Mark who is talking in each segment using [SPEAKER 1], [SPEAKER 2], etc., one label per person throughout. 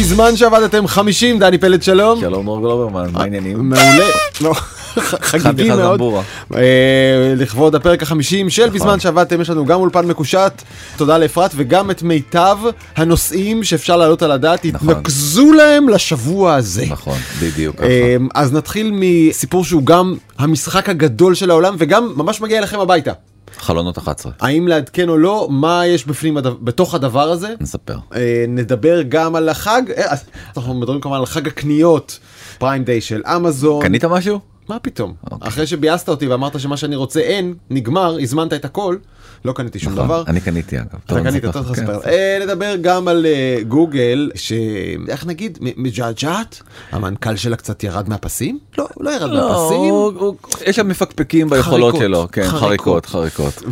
[SPEAKER 1] בזמן שעבדתם 50, דני פלד שלום.
[SPEAKER 2] שלום אור גלוברמן, מה העניינים?
[SPEAKER 1] מעולה. לא, חגיגי
[SPEAKER 2] חתיכת
[SPEAKER 1] מאוד.
[SPEAKER 2] זמבורה. נכון.
[SPEAKER 1] אה, לכבוד הפרק החמישים של בזמן שעבדתם, יש לנו גם אולפן מקושט, תודה לאפרת, וגם את מיטב הנושאים שאפשר להעלות על הדעת,
[SPEAKER 2] נכון.
[SPEAKER 1] התנקזו להם לשבוע הזה.
[SPEAKER 2] נכון, בדיוק ככה.
[SPEAKER 1] אה, אז נתחיל מסיפור שהוא גם המשחק הגדול של העולם וגם ממש מגיע אליכם הביתה.
[SPEAKER 2] חלונות 11,
[SPEAKER 1] האם לעדכן או לא, מה יש בפנים, הדבר- בתוך הדבר הזה?
[SPEAKER 2] נספר.
[SPEAKER 1] אה, נדבר גם על החג, אה, אז אנחנו מדברים כמובן על חג הקניות, פריים דיי של אמזון.
[SPEAKER 2] קנית משהו?
[SPEAKER 1] מה פתאום?
[SPEAKER 2] אוקיי.
[SPEAKER 1] אחרי שביאסת אותי ואמרת שמה שאני רוצה אין, נגמר, הזמנת את הכל, לא קניתי שום דבר.
[SPEAKER 2] נכון, אני קניתי אגב. טוב,
[SPEAKER 1] אתה
[SPEAKER 2] אני
[SPEAKER 1] קנית,
[SPEAKER 2] אספר
[SPEAKER 1] אתה
[SPEAKER 2] לך,
[SPEAKER 1] תספר.
[SPEAKER 2] כן.
[SPEAKER 1] אה, נדבר גם על אה, גוגל, שאיך נגיד, מ- מג'עג'עת? המנכ"ל שלה קצת ירד מהפסים? לא, הוא לא ירד
[SPEAKER 2] לא,
[SPEAKER 1] מהפסים.
[SPEAKER 2] הוא- הוא- יש שם מפקפקים ביכולות
[SPEAKER 1] חריקות.
[SPEAKER 2] שלו, כן,
[SPEAKER 1] חריקות.
[SPEAKER 2] חריקות, חריקות.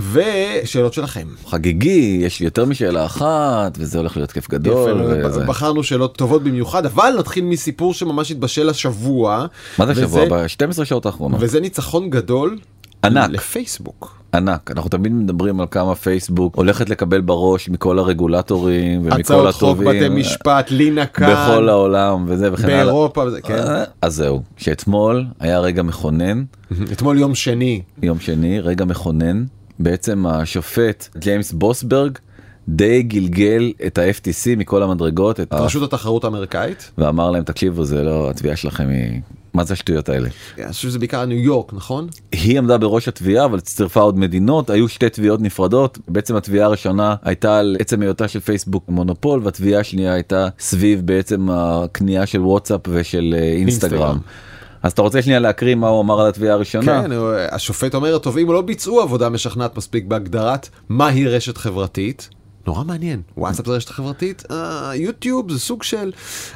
[SPEAKER 1] ושאלות שלכם.
[SPEAKER 2] חגיגי, יש לי יותר משאלה אחת, וזה הולך להיות כיף גדול.
[SPEAKER 1] יפה,
[SPEAKER 2] וזה-
[SPEAKER 1] בחרנו שאלות טובות במיוחד, אבל נתחיל מסיפור שממש התבשל השבוע.
[SPEAKER 2] מה זה שבוע
[SPEAKER 1] וזה-
[SPEAKER 2] הבא? 12 שעות האחרונות.
[SPEAKER 1] וזה ניצחון גדול
[SPEAKER 2] נכון. ענק.
[SPEAKER 1] לפייסבוק.
[SPEAKER 2] ענק. אנחנו תמיד מדברים על כמה פייסבוק הולכת לקבל בראש מכל הרגולטורים ומכל
[SPEAKER 1] הצעות חוק,
[SPEAKER 2] הטובים.
[SPEAKER 1] בתי משפט, לינה כאן,
[SPEAKER 2] בכל העולם וזה וכן הלאה.
[SPEAKER 1] באירופה, וזה, כן.
[SPEAKER 2] אה, אז זהו, שאתמול היה רגע מכונן,
[SPEAKER 1] אתמול יום שני,
[SPEAKER 2] יום שני, רגע מכונן. בעצם השופט ג'יימס בוסברג די גלגל את ה-FTC מכל המדרגות, את ה-
[SPEAKER 1] רשות התחרות האמריקאית.
[SPEAKER 2] ואמר להם תקשיבו זה לא התביעה שלכם היא מה זה השטויות האלה.
[SPEAKER 1] אני חושב שזה בעיקר ניו יורק, נכון?
[SPEAKER 2] היא עמדה בראש התביעה אבל צירפה עוד מדינות היו שתי תביעות נפרדות בעצם התביעה הראשונה הייתה על עצם היותה של פייסבוק מונופול והתביעה השנייה הייתה סביב בעצם הקנייה של וואטסאפ ושל אה,
[SPEAKER 1] אינסטגרם.
[SPEAKER 2] אינסטגרם. אז אתה רוצה שנייה להקריא מה הוא אמר על התביעה הראשונה?
[SPEAKER 1] כן, הוא- השופט אומר, התובעים לא ביצעו עבודה משכנעת מספיק בהגדרת מהי רשת חברתית. נורא מעניין, וואטסאפ זה רשת חברתית, אה, יוטיוב זה סוג של...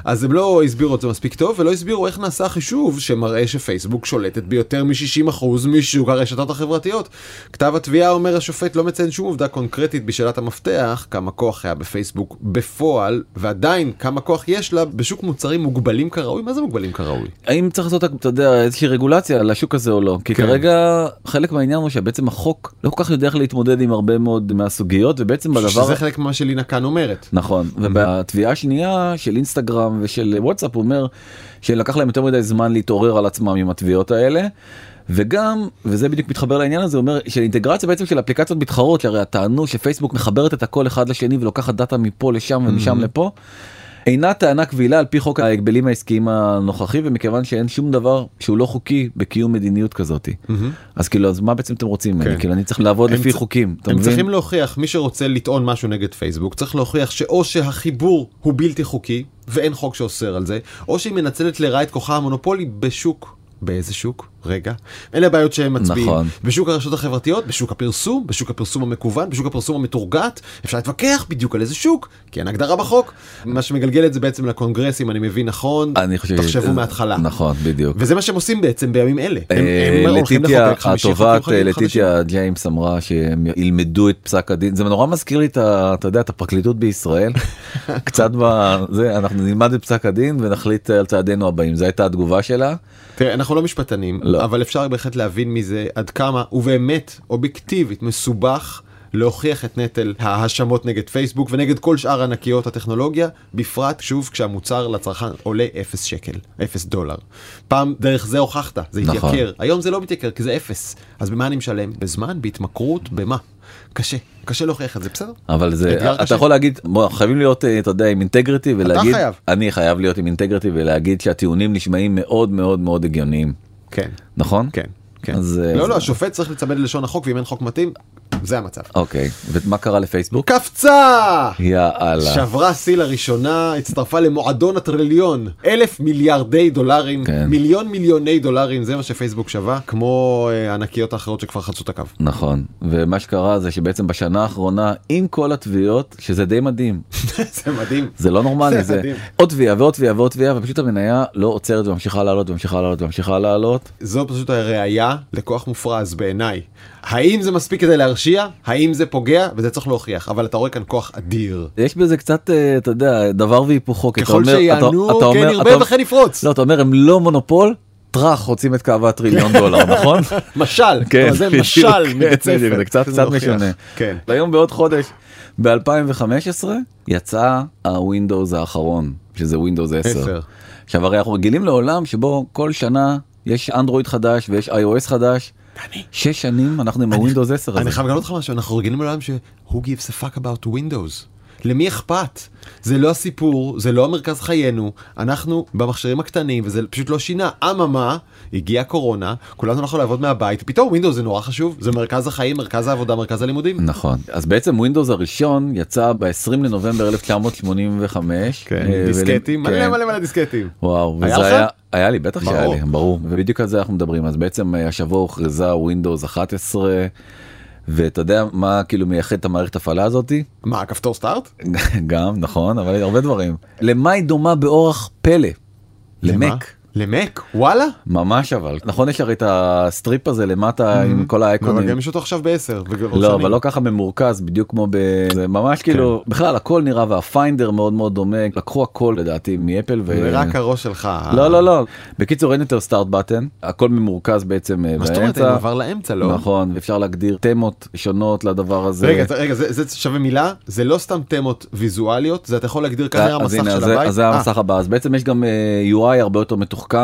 [SPEAKER 1] אז הם לא הסבירו את זה מספיק טוב, ולא הסבירו איך נעשה החישוב שמראה שפייסבוק שולטת ביותר מ-60% משוק הרשתות החברתיות. כתב התביעה אומר השופט לא מציין שום עובדה קונקרטית בשאלת המפתח, כמה כוח היה בפייסבוק בפועל, ועדיין כמה כוח יש לה בשוק מוצרים מוגבלים כראוי, מה זה מוגבלים כראוי?
[SPEAKER 2] האם צריך לעשות אתה יודע איזושהי רגולציה על השוק הזה או לא כי
[SPEAKER 1] כן.
[SPEAKER 2] כרגע חלק מהעניין הוא שבעצם החוק לא כל כך יודע איך להתמודד עם הרבה מאוד מהסוגיות ובעצם בדבר
[SPEAKER 1] שזה חלק ממה שלינה כאן אומרת.
[SPEAKER 2] נכון ובתביעה השנייה של אינסטגרם ושל וואטסאפ הוא אומר שלקח להם יותר מדי זמן להתעורר על עצמם עם התביעות האלה. וגם וזה בדיוק מתחבר לעניין הזה הוא אומר של אינטגרציה בעצם של אפליקציות מתחרות שהרי טענו שפייסבוק מחברת את הכל אחד לשני ולוקחת דאטה מפה לשם ומשם
[SPEAKER 1] Mm-hmm.
[SPEAKER 2] לפה. אינה טענה קבילה על פי חוק ההגבלים העסקיים הנוכחי ומכיוון שאין שום דבר שהוא לא חוקי בקיום מדיניות כזאת אז כאילו אז מה בעצם אתם רוצים ממני?
[SPEAKER 1] Mm-hmm. כן.
[SPEAKER 2] כאילו אני צריך לעבוד
[SPEAKER 1] הם
[SPEAKER 2] לפי
[SPEAKER 1] צ-
[SPEAKER 2] חוקים אתה
[SPEAKER 1] הם
[SPEAKER 2] מבין?
[SPEAKER 1] צריכים להוכיח, מי שרוצה לטעון משהו נגד פייסבוק, צריך להוכיח שאו שהחיבור הוא בלתי חוקי, ואין חוק שאוסר על זה, או שהיא מנצלת לרעה את כוחה המונופולי בשוק. באיזה שוק? רגע. אלה הבעיות שהם מצביעים.
[SPEAKER 2] נכון.
[SPEAKER 1] בשוק הרשתות החברתיות, בשוק הפרסום, בשוק הפרסום המקוון, בשוק הפרסום המתורגת, אפשר להתווכח בדיוק על איזה שוק, כי אין הגדרה בחוק. מה שמגלגל את זה בעצם לקונגרס, אם אני מבין נכון,
[SPEAKER 2] אני חושב
[SPEAKER 1] תחשבו מההתחלה.
[SPEAKER 2] נכון בדיוק.
[SPEAKER 1] וזה מה שהם עושים בעצם בימים אלה. הם-
[SPEAKER 2] אה,
[SPEAKER 1] הם הולכים
[SPEAKER 2] לטיטיה
[SPEAKER 1] לחוקק 50 חוקים
[SPEAKER 2] התובעת אה,
[SPEAKER 1] חדשים.
[SPEAKER 2] לטיטיה ג'יימס אמרה שהם ילמדו את פסק הדין זה נורא מזכיר לי את ה- אתה יודע את הפרקליטות בישראל קצת בזה אנחנו נלמד את פסק הדין ונחליט על צעדינו הבאים זו הייתה התגובה שלה
[SPEAKER 1] תראה, אנחנו לא משפטנים,
[SPEAKER 2] לא.
[SPEAKER 1] אבל אפשר בהחלט להבין מזה עד כמה הוא באמת אובייקטיבית מסובך להוכיח את נטל ההאשמות נגד פייסבוק ונגד כל שאר ענקיות הטכנולוגיה, בפרט שוב כשהמוצר לצרכן עולה 0 שקל, 0 דולר. פעם דרך זה הוכחת, זה
[SPEAKER 2] נכון.
[SPEAKER 1] התייקר, היום זה לא מתייקר כי זה 0, אז במה אני משלם? בזמן? בהתמכרות? במה? קשה, קשה להוכיח את זה, בסדר?
[SPEAKER 2] אבל זה
[SPEAKER 1] אתגר קשה.
[SPEAKER 2] אתה יכול להגיד בוא, חייבים להיות אה, אתה יודע עם אינטגריטי ולהגיד
[SPEAKER 1] חייב.
[SPEAKER 2] אני חייב להיות עם אינטגריטי ולהגיד שהטיעונים נשמעים מאוד מאוד מאוד הגיוניים
[SPEAKER 1] כן,
[SPEAKER 2] נכון
[SPEAKER 1] כן, כן.
[SPEAKER 2] אז, אה,
[SPEAKER 1] לא,
[SPEAKER 2] אז-
[SPEAKER 1] לא, השופט צריך להיצמד ללשון החוק, ואם אין חוק מתאים, זה המצב.
[SPEAKER 2] אוקיי ומה קרה לפייסבוק
[SPEAKER 1] קפצה!
[SPEAKER 2] יאללה
[SPEAKER 1] שברה שיא לראשונה, הצטרפה למועדון הטריליון, אלף מיליארדי דולרים,
[SPEAKER 2] כן.
[SPEAKER 1] מיליון מיליוני דולרים, זה מה שפייסבוק שווה, כמו אה, הענקיות האחרות שכבר חצו את הקו.
[SPEAKER 2] נכון ומה שקרה זה שבעצם בשנה האחרונה עם כל התביעות שזה די מדהים
[SPEAKER 1] זה מדהים.
[SPEAKER 2] זה לא
[SPEAKER 1] זה
[SPEAKER 2] נורמלי זה
[SPEAKER 1] מדהים.
[SPEAKER 2] עוד תביעה ועוד תביעה ועוד תביעה ופשוט המניה לא עוצרת וממשיכה לעלות וממשיכה לעלות וממשיכה לעלות
[SPEAKER 1] זו פשוט הראייה לכוח מופרז בעיניי. האם זה מספיק כדי להרשיע? האם זה פוגע? וזה צריך להוכיח. אבל אתה רואה כאן כוח אדיר.
[SPEAKER 2] יש בזה קצת אה, אתה יודע דבר והיפוכו כי אתה
[SPEAKER 1] ככל
[SPEAKER 2] אומר-
[SPEAKER 1] שיענו,
[SPEAKER 2] אתה- אתה
[SPEAKER 1] כן
[SPEAKER 2] אומר-
[SPEAKER 1] ירבה
[SPEAKER 2] אתה-
[SPEAKER 1] וכן יפרוץ.
[SPEAKER 2] לא אתה אומר הם לא מונופול טראח רוצים את קו הטריליון דולר נכון
[SPEAKER 1] משל,
[SPEAKER 2] כן
[SPEAKER 1] אבל זה
[SPEAKER 2] בדיוק,
[SPEAKER 1] משל
[SPEAKER 2] כן,
[SPEAKER 1] מבית ספר.
[SPEAKER 2] בדיוק, זה קצת
[SPEAKER 1] זה
[SPEAKER 2] קצת
[SPEAKER 1] מוכיח.
[SPEAKER 2] משונה
[SPEAKER 1] כן.
[SPEAKER 2] היום בעוד חודש ב2015 יצא הווינדוס האחרון שזה Windows 10.
[SPEAKER 1] 10.
[SPEAKER 2] עכשיו הרי אנחנו רגילים לעולם שבו כל שנה יש אנדרואיד חדש ויש iOS חדש. שש שנים אנחנו עם ה-Windows 10 הזה.
[SPEAKER 1] אני חייב לגלות לך משהו, אנחנו רגילים לעולם ש- who gives a fuck about Windows. למי אכפת? זה לא הסיפור, זה לא המרכז חיינו, אנחנו במכשירים הקטנים וזה פשוט לא שינה. אממה, הגיעה קורונה, כולנו הלכנו לעבוד מהבית, פתאום ווינדוס זה נורא חשוב, זה מרכז החיים, מרכז העבודה, מרכז הלימודים.
[SPEAKER 2] נכון אז בעצם ווינדוס הראשון יצא ב-20 לנובמבר 1985. אה,
[SPEAKER 1] כן, דיסקטים,
[SPEAKER 2] ול-
[SPEAKER 1] מלא
[SPEAKER 2] כן.
[SPEAKER 1] מלא מלא דיסקטים.
[SPEAKER 2] וואו,
[SPEAKER 1] היה
[SPEAKER 2] וזה
[SPEAKER 1] לך?
[SPEAKER 2] היה, היה לי, בטח שהיה
[SPEAKER 1] ברור.
[SPEAKER 2] לי, ברור, ובדיוק על זה אנחנו מדברים, אז בעצם אה, השבוע הוכרזה ווינדוס 11, ואתה יודע מה כאילו מייחד את המערכת הפעלה הזאתי?
[SPEAKER 1] מה, כפתור סטארט?
[SPEAKER 2] גם, נכון, אבל הרבה דברים. למה היא דומה באורח פלא?
[SPEAKER 1] למה?
[SPEAKER 2] למק.
[SPEAKER 1] למק, וואלה?
[SPEAKER 2] ממש אבל, נכון יש הרי את הסטריפ הזה למטה עם כל
[SPEAKER 1] אבל
[SPEAKER 2] האייקונים.
[SPEAKER 1] גם יש אותו עכשיו בעשר. וכבר
[SPEAKER 2] לא,
[SPEAKER 1] Mm-hmm. שנים. כן.
[SPEAKER 2] אבל לא ככה ממורכז, בדיוק כמו ב... זה ממש כאילו, בכלל הכל נראה והפיינדר מאוד מאוד דומה, לקחו הכל לדעתי מאפל ו...
[SPEAKER 1] רק הראש שלך.
[SPEAKER 2] לא לא לא בקיצור אין יותר סטארט בטן הכל ממורכז בעצם אה,
[SPEAKER 1] מה זאת אומרת,
[SPEAKER 2] באמצע
[SPEAKER 1] אני עבר לאמצע, לא?
[SPEAKER 2] נכון ואפשר להגדיר תמות שונות לדבר הזה.
[SPEAKER 1] רגע, זה- רגע, זה זה שווה מילה, זה לא סתם תמות ויזואליות, זה אתה יכול להגדיר כאן כן, היה
[SPEAKER 2] אז
[SPEAKER 1] המסך
[SPEAKER 2] הנה, אז
[SPEAKER 1] של
[SPEAKER 2] זה-
[SPEAKER 1] הבית.
[SPEAKER 2] אז זה
[SPEAKER 1] אה,
[SPEAKER 2] המסך הבא אז בעצם יש גם אה, UI הרבה יותר מתוחכם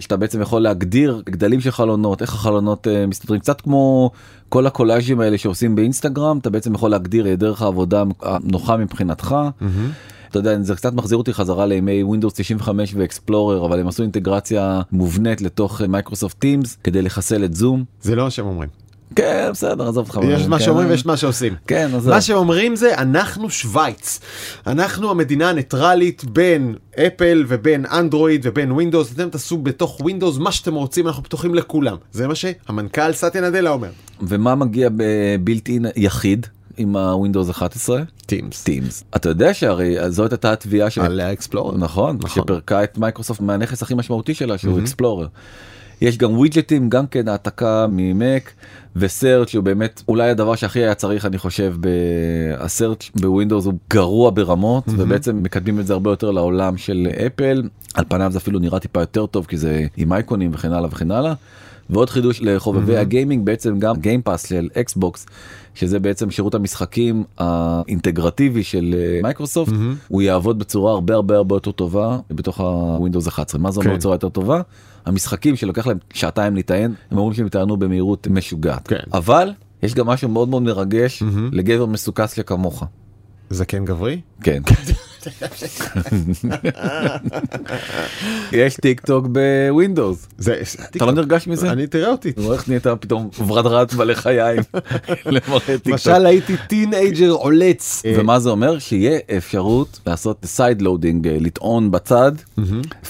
[SPEAKER 2] שאתה בעצם יכול להגדיר גדלים של חלונות איך החלונות אה, מסתדרים קצת כמו כל הקולאז'ים האלה שעושים באינסטגרם אתה בעצם יכול להגדיר את דרך העבודה הנוחה מבחינתך. אתה יודע זה קצת מחזיר אותי חזרה לימי Windows 95 ואקספלורר אבל הם עשו אינטגרציה מובנית לתוך מייקרוסופט טימס כדי לחסל את זום
[SPEAKER 1] זה לא מה שהם אומרים.
[SPEAKER 2] כן בסדר עזוב אותך.
[SPEAKER 1] יש מה
[SPEAKER 2] כן.
[SPEAKER 1] שאומרים ויש מה שעושים.
[SPEAKER 2] כן עזוב.
[SPEAKER 1] מה שאומרים זה אנחנו שווייץ. אנחנו המדינה הניטרלית בין אפל ובין אנדרואיד ובין ווינדוס. אתם תעשו בתוך ווינדוס מה שאתם רוצים, אנחנו פתוחים לכולם. זה מה שהמנכ"ל סטיה נדלה אומר.
[SPEAKER 2] ומה מגיע בבילט אין יחיד עם הווינדוס 11?
[SPEAKER 1] טימס.
[SPEAKER 2] טימס. אתה יודע שהרי זאת הייתה התביעה של...
[SPEAKER 1] עליה אקספלורר.
[SPEAKER 2] נכון,
[SPEAKER 1] נכון.
[SPEAKER 2] שפרקה את מייקרוסופט מהנכס הכי משמעותי שלה שהוא אקספלורר. יש גם ווידג'טים, גם כן העתקה ממק וסרצ' שהוא באמת אולי הדבר שהכי היה צריך אני חושב בסרצ' בווינדוס הוא גרוע ברמות ובעצם מקדמים את זה הרבה יותר לעולם של אפל על פניו זה אפילו נראה טיפה יותר טוב כי זה עם אייקונים וכן הלאה וכן הלאה. ועוד חידוש לחובבי הגיימינג בעצם גם גיימפאס של אקסבוקס שזה בעצם שירות המשחקים האינטגרטיבי של אה, מייקרוסופט הוא יעבוד בצורה הרבה הרבה הרבה יותר טובה בתוך הווינדוס 11 מה זה אומר
[SPEAKER 1] כן.
[SPEAKER 2] בצורה יותר טובה המשחקים שלוקח להם שעתיים להיטען הם אומרים שהם יטענו במהירות משוגעת
[SPEAKER 1] כן.
[SPEAKER 2] אבל יש גם משהו מאוד מאוד מרגש לגבר מסוכס שכמוך.
[SPEAKER 1] זקן גברי?
[SPEAKER 2] כן. יש טיק טוק בווינדוס
[SPEAKER 1] זה...
[SPEAKER 2] אתה לא נרגש מזה?
[SPEAKER 1] אני תראה אותי.
[SPEAKER 2] נו, איך נהיית פתאום ורדרת בעלי חיים למראה טיק טוק.
[SPEAKER 1] למשל הייתי טינג'ר עולץ.
[SPEAKER 2] ומה זה אומר שיהיה אפשרות לעשות סייד לואודינג לטעון בצד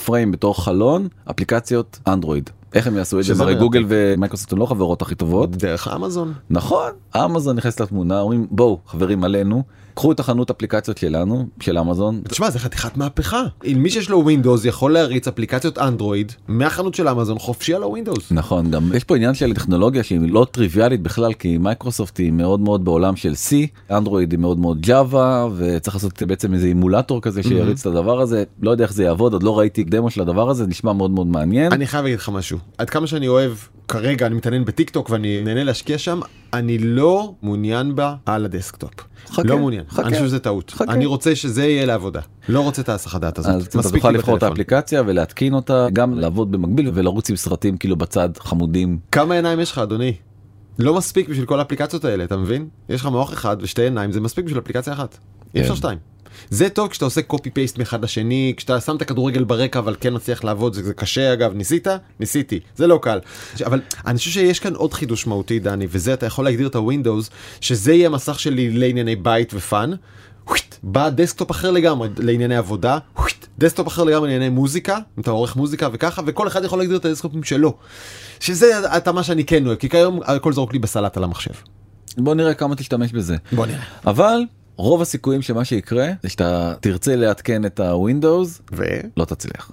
[SPEAKER 2] פריים בתור חלון אפליקציות אנדרואיד איך הם יעשו את
[SPEAKER 1] שזה
[SPEAKER 2] זה הרי
[SPEAKER 1] מרתק.
[SPEAKER 2] גוגל ומייקרוסופט הם לא חברות הכי טובות
[SPEAKER 1] דרך אמזון.
[SPEAKER 2] נכון אמזון נכנסת לתמונה אומרים בואו חברים עלינו קחו את החנות אפליקציות שלנו של אמזון
[SPEAKER 1] תשמע זה חתיכת מהפכה. אם מי שיש לו ווינדוס יכול להריץ אפליקציות אנדרואיד מהחנות של אמזון חופשי על הווינדוס.
[SPEAKER 2] נכון גם יש פה עניין של טכנולוגיה שהיא לא טריוויאלית בכלל כי מייקרוסופט היא מאוד מאוד בעולם של C אנדרואיד היא מאוד מאוד Java וצריך לעשות בעצם איזה אימולטור כזה שיריץ את הדבר הזה לא יודע איך זה יעבוד עוד לא ראיתי דמו של הדבר הזה נשמע מאוד מאוד מעניין
[SPEAKER 1] אני חייב להגיד לך משהו עד כמה שאני אוהב כרגע אני מתעניין בטיק טוק ואני נהנה להשקיע שם אני לא מעוניין בה על הדסקטופ.
[SPEAKER 2] חכה,
[SPEAKER 1] לא מעוניין
[SPEAKER 2] חכה,
[SPEAKER 1] אני חושב שזה טעות
[SPEAKER 2] חכה.
[SPEAKER 1] אני רוצה שזה יהיה לעבודה לא רוצה את ההסחת דעת הזאת.
[SPEAKER 2] אז אתה
[SPEAKER 1] מספיק
[SPEAKER 2] תוכל
[SPEAKER 1] לי
[SPEAKER 2] לבחור את
[SPEAKER 1] בטלפון.
[SPEAKER 2] האפליקציה ולהתקין אותה גם לעבוד במקביל ולרוץ עם סרטים כאילו בצד חמודים
[SPEAKER 1] כמה עיניים יש לך אדוני? לא מספיק בשביל כל האפליקציות האלה, אתה מבין? יש לך מוח אחד ושתי עיניים, זה מספיק בשביל אפליקציה אחת. אי אפשר
[SPEAKER 2] כן.
[SPEAKER 1] שתיים. זה טוב כשאתה עושה קופי פייסט מאחד לשני, כשאתה שם את הכדורגל ברקע אבל כן מצליח לעבוד, זה, זה קשה אגב, ניסית? ניסיתי, זה לא קל. ש- אבל אני חושב שיש כאן עוד חידוש מהותי דני, וזה אתה יכול להגדיר את הווינדוס, שזה יהיה המסך שלי לענייני בית ופאן. וויט, בא דסקטופ אחר לגמרי לענייני עבודה, וויט, דסקטופ אחר לגמרי לענייני מוזיקה, אם אתה עורך מוזיקה וככה, וכל אחד יכול להגדיר את הדסקטופים שלו. שזה התאמה שאני כן אוהב, כי כיום הכל זרוק לי בסלט על המחשב.
[SPEAKER 2] בוא נראה כמה תשתמש בזה
[SPEAKER 1] בוא נראה.
[SPEAKER 2] אבל רוב הסיכויים שמה שיקרה זה שאתה תרצה לעדכן את הווינדוס
[SPEAKER 1] ולמה?
[SPEAKER 2] לא תצליח.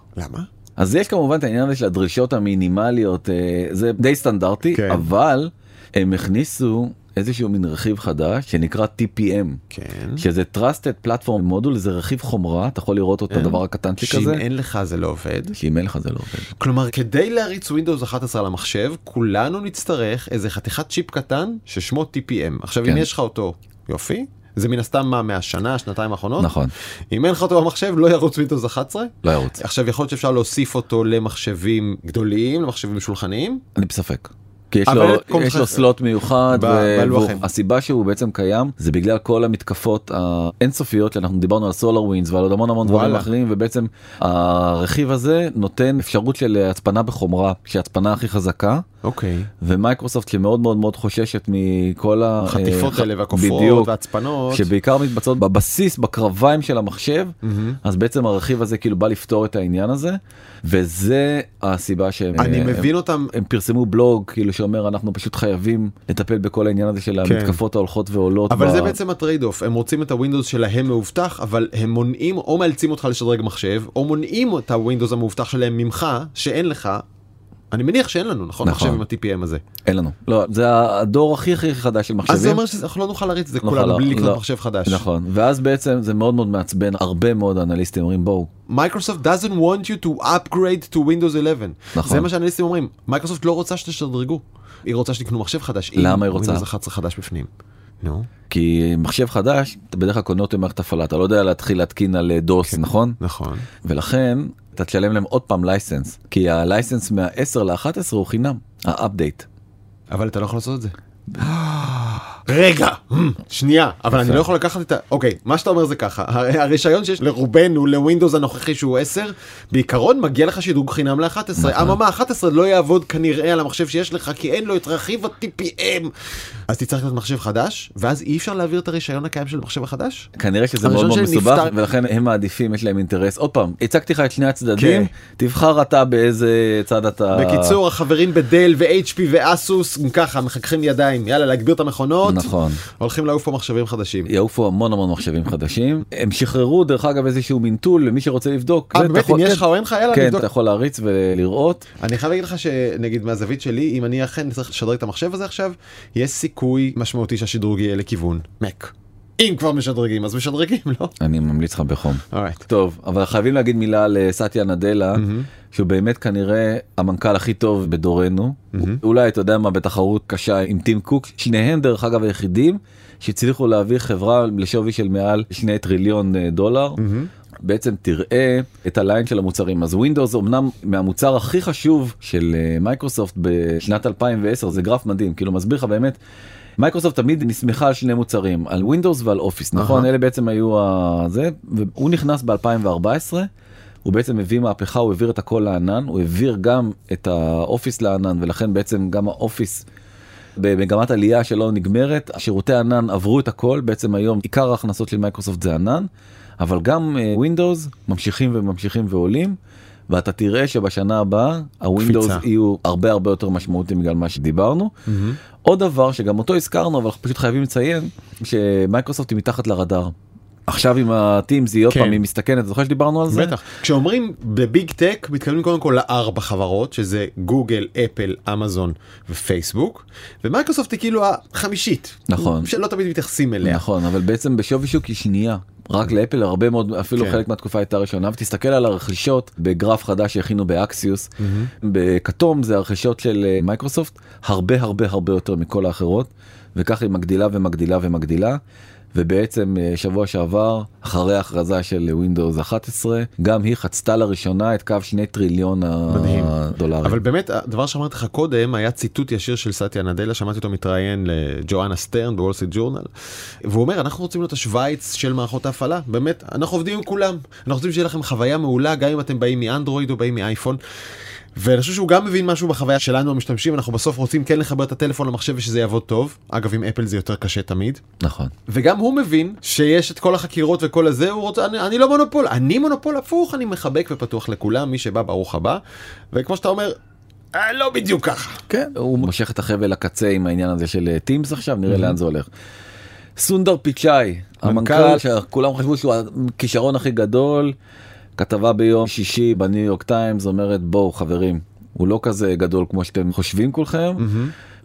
[SPEAKER 2] אז יש כמובן את העניין הזה של הדרישות המינימליות אה, זה די סטנדרטי
[SPEAKER 1] כן.
[SPEAKER 2] כן. אבל הם הכניסו איזשהו מין רכיב חדש שנקרא TPM
[SPEAKER 1] כן.
[SPEAKER 2] שזה Trusted Platform Module זה רכיב חומרה אתה יכול לראות אותו הדבר הקטנצ'יק
[SPEAKER 1] כן. שאם
[SPEAKER 2] הזה.
[SPEAKER 1] אין לך זה לא עובד.
[SPEAKER 2] שאם אין לך זה לא עובד.
[SPEAKER 1] כלומר כדי להריץ Windows 11 על המחשב כולנו נצטרך איזה חתיכת צ'יפ קטן ששמו TPM. עכשיו אם
[SPEAKER 2] כן.
[SPEAKER 1] יש לך אותו יופי זה מן הסתם מה מהשנה שנתיים האחרונות
[SPEAKER 2] נכון,
[SPEAKER 1] אם אין לך אותו במחשב לא ירוץ ווינדוס 11
[SPEAKER 2] לא ירוץ.
[SPEAKER 1] עכשיו יכול להיות שאפשר להוסיף אותו למחשבים גדולים למחשבים שולחניים
[SPEAKER 2] אני בספק. כי יש
[SPEAKER 1] אבל
[SPEAKER 2] לו,
[SPEAKER 1] את קומפרס-
[SPEAKER 2] יש לו סלוט מיוחד,
[SPEAKER 1] ב-
[SPEAKER 2] ו-
[SPEAKER 1] בלוח
[SPEAKER 2] והוא-
[SPEAKER 1] הם.
[SPEAKER 2] הסיבה שהוא בעצם קיים זה בגלל כל המתקפות האינסופיות שאנחנו דיברנו על סולר ווינס ועל עוד המון המון דברים
[SPEAKER 1] וואלה.
[SPEAKER 2] אחרים ובעצם הרכיב הזה נותן אפשרות של הצפנה בחומרה שהיא ההצפנה הכי חזקה
[SPEAKER 1] אוקיי
[SPEAKER 2] ומייקרוסופט שמאוד מאוד מאוד חוששת מכל ה-
[SPEAKER 1] חטיפות
[SPEAKER 2] אה,
[SPEAKER 1] האלה והכופרות
[SPEAKER 2] בדיוק.
[SPEAKER 1] והצפנות
[SPEAKER 2] שבעיקר מתבצעות בבסיס בקרביים של המחשב
[SPEAKER 1] מהמם.
[SPEAKER 2] אז בעצם הרכיב הזה כאילו בא לפתור את העניין הזה וזה הסיבה שהם אה,
[SPEAKER 1] אני
[SPEAKER 2] הם-
[SPEAKER 1] מבין אותם
[SPEAKER 2] הם פרסמו בלוג כאילו שאומר אנחנו פשוט חייבים לטפל בכל העניין הזה של
[SPEAKER 1] כן.
[SPEAKER 2] המתקפות ההולכות ועולות.
[SPEAKER 1] אבל
[SPEAKER 2] ב-
[SPEAKER 1] זה בעצם הטרייד אוף הם רוצים את הווינדוס שלהם מאובטח אבל הם מונעים או מאלצים אותך לשדרג מחשב או מונעים את הווינדוס המאובטח שלהם ממך שאין לך. אני מניח שאין לנו נכון
[SPEAKER 2] נכון.
[SPEAKER 1] מחשב עם ה-TPM הזה
[SPEAKER 2] אין לנו לא זה הדור הכי הכי חדש של מחשבים.
[SPEAKER 1] אז זה אומר שאנחנו לא נוכל להריץ את זה
[SPEAKER 2] נוכל
[SPEAKER 1] כולנו
[SPEAKER 2] לה-
[SPEAKER 1] בלי לקנות
[SPEAKER 2] לא.
[SPEAKER 1] מחשב חדש.
[SPEAKER 2] נכון ואז בעצם זה מאוד מאוד מעצבן הרבה מאוד אנליסטים אומרים בואו
[SPEAKER 1] מייקרוסופט doesn't want you to upgrade to Windows 11.
[SPEAKER 2] נכון.
[SPEAKER 1] זה מה שאנליסטים אומרים. מייקרוסופט לא רוצה שתשדרגו. היא רוצה שתקנו מחשב חדש. עם
[SPEAKER 2] למה היא רוצה?
[SPEAKER 1] Windows 11 חדש בפנים. נו.
[SPEAKER 2] כי מחשב חדש אתה בדרך כלל קונה אותו עם מערכת הפעלה אתה לא יודע להתחיל להתקין על אה, דוס נכון
[SPEAKER 1] נכון.
[SPEAKER 2] ולכן אתה תשלם להם עוד פעם לייסנס כי הלייסנס מה-10 ל-11 הוא חינם האפדייט.
[SPEAKER 1] אבל אתה לא יכול לעשות את זה. רגע, אמ, שנייה, אבל אני לא יכול לקחת את ה... אוקיי, מה שאתה אומר זה ככה, הרי הרישיון שיש לרובנו לווינדוס הנוכחי שהוא 10, בעיקרון מגיע לך שדרוג חינם ל-11, אממה 11 לא יעבוד כנראה על המחשב שיש לך כי אין לו את רכיב ה-TPM. אז תצטרך להיות מחשב חדש, ואז אי אפשר להעביר את הרישיון הקיים של המחשב החדש?
[SPEAKER 2] כנראה שזה מאוד
[SPEAKER 1] הראשון
[SPEAKER 2] מאוד
[SPEAKER 1] שלי
[SPEAKER 2] מסובך
[SPEAKER 1] נפטר-
[SPEAKER 2] ולכן הם מעדיפים יש להם אינטרס עוד פעם הצגתי לך את שני הצדדים
[SPEAKER 1] כן.
[SPEAKER 2] תבחר אתה באיזה צד אתה
[SPEAKER 1] בקיצור, החברים בדל ו-HP ואסוס, ככה, מחככים ידיים, יאללה, להגביר את המכונות,
[SPEAKER 2] נכון
[SPEAKER 1] הולכים לעוף פה מחשבים חדשים.
[SPEAKER 2] יעופו המון המון מחשבים חדשים הם שחררו דרך אגב איזשהו מינטול למי שרוצה לבדוק.
[SPEAKER 1] אה,
[SPEAKER 2] זה, אתה
[SPEAKER 1] באמת, אם
[SPEAKER 2] יכול-
[SPEAKER 1] יש
[SPEAKER 2] כן,
[SPEAKER 1] לך או אין לך, יאללה,
[SPEAKER 2] כן
[SPEAKER 1] נבדוק.
[SPEAKER 2] אתה יכול להריץ ולראות
[SPEAKER 1] אני חייב להגיד לך שנגיד מהזווית שלי אם אני אכן צריך לשדרג את המחשב הזה עכשיו יש סיכוי משמעותי שהשדרוג יהיה לכיוון מק. אם כבר משדרגים אז משדרגים לא?
[SPEAKER 2] אני ממליץ לך בחום.
[SPEAKER 1] אורייט.
[SPEAKER 2] טוב אבל חייבים להגיד מילה על אה, סטיה נדלה שהוא באמת כנראה המנכ"ל הכי טוב בדורנו אולי אתה יודע מה בתחרות קשה עם טים קוק שניהם דרך אגב היחידים שהצליחו להביא חברה לשווי של מעל שני טריליון אה, דולר. בעצם תראה את הליין של המוצרים אז ווינדוס אמנם מהמוצר הכי חשוב של אה, מייקרוסופט בשנת 2010 זה גרף מדהים כאילו מסביר לך באמת. מייקרוסופט תמיד נסמכה על שני מוצרים על ווינדוס ועל אופיס נכון
[SPEAKER 1] אהה.
[SPEAKER 2] אלה בעצם היו ה- זה והוא נכנס ב2014 הוא בעצם הביא מהפכה הוא העביר את הכל לענן הוא העביר גם את האופיס לענן ולכן בעצם גם האופיס. במגמת עלייה שלא נגמרת שירותי ענן עברו את הכל בעצם היום עיקר ההכנסות של מייקרוסופט זה ענן אבל גם ווינדוס ממשיכים וממשיכים ועולים ואתה תראה שבשנה הבאה הווינדוס
[SPEAKER 1] קפיצה.
[SPEAKER 2] יהיו הרבה הרבה יותר משמעותיים בגלל מה שדיברנו. עוד דבר שגם אותו הזכרנו אבל אנחנו פשוט חייבים לציין שמייקרוסופט היא מתחת לרדאר. עכשיו עם הטימס היא עוד
[SPEAKER 1] כן.
[SPEAKER 2] פעם היא מסתכנת זוכר שדיברנו על זה?
[SPEAKER 1] בטח. כשאומרים בביג טק מתכוונים קודם כל לארבע חברות שזה גוגל אפל אמזון ופייסבוק ומייקרוסופט היא כאילו החמישית.
[SPEAKER 2] נכון.
[SPEAKER 1] שלא תמיד מתייחסים אליה.
[SPEAKER 2] נכון אבל בעצם בשווי שוק היא שנייה רק לאפל הרבה מאוד אפילו
[SPEAKER 1] כן.
[SPEAKER 2] חלק מהתקופה הייתה ראשונה ותסתכל על הרכישות בגרף חדש שהכינו באקסיוס בכתום זה הרכישות של אה, מייקרוסופט הרבה הרבה הרבה יותר מכל האחרות וכך היא מגדילה ומגדילה ומגדילה. ובעצם אה, שבוע שעבר אחרי ההכרזה של ווינדוס 11 גם היא חצתה לראשונה את קו שני טריליון
[SPEAKER 1] מדהים.
[SPEAKER 2] הדולרים.
[SPEAKER 1] אבל באמת הדבר שאמרתי לך קודם היה ציטוט ישיר של סטיה נדלה שמעתי אותו מתראיין לג'ואנה סטרן בוול סטריט ג'ורנל והוא אומר אנחנו רוצים להיות השוויץ של מערכות ההפעלה באמת אנחנו עובדים עם כולם אנחנו רוצים שיהיה לכם חוויה מעולה גם אם אתם באים מאנדרואיד או באים מאייפון. ואני חושב שהוא גם מבין משהו בחוויה שלנו המשתמשים אנחנו בסוף רוצים כן לחבר את הטלפון למחשב ושזה יעבוד טוב אגב עם אפל זה יותר קשה תמיד
[SPEAKER 2] נכון.
[SPEAKER 1] וגם הוא מבין שיש את כל החקירות וכל הזה, הוא רוצה, אני, אני לא מונופול, אני מונופול הפוך, אני מחבק ופתוח לכולם, מי שבא ברוך הבא, וכמו שאתה אומר, "אה, לא בדיוק ככה.
[SPEAKER 2] כן, הוא מושך את החבל לקצה עם העניין הזה של טימס עכשיו, נראה לאן זה הולך. סונדר פיצ'אי, המנכ"ל שכולם חשבו שהוא הכישרון הכי גדול, כתבה ביום שישי בניו יורק טיימס אומרת בואו חברים, הוא לא כזה גדול כמו שאתם חושבים כולכם.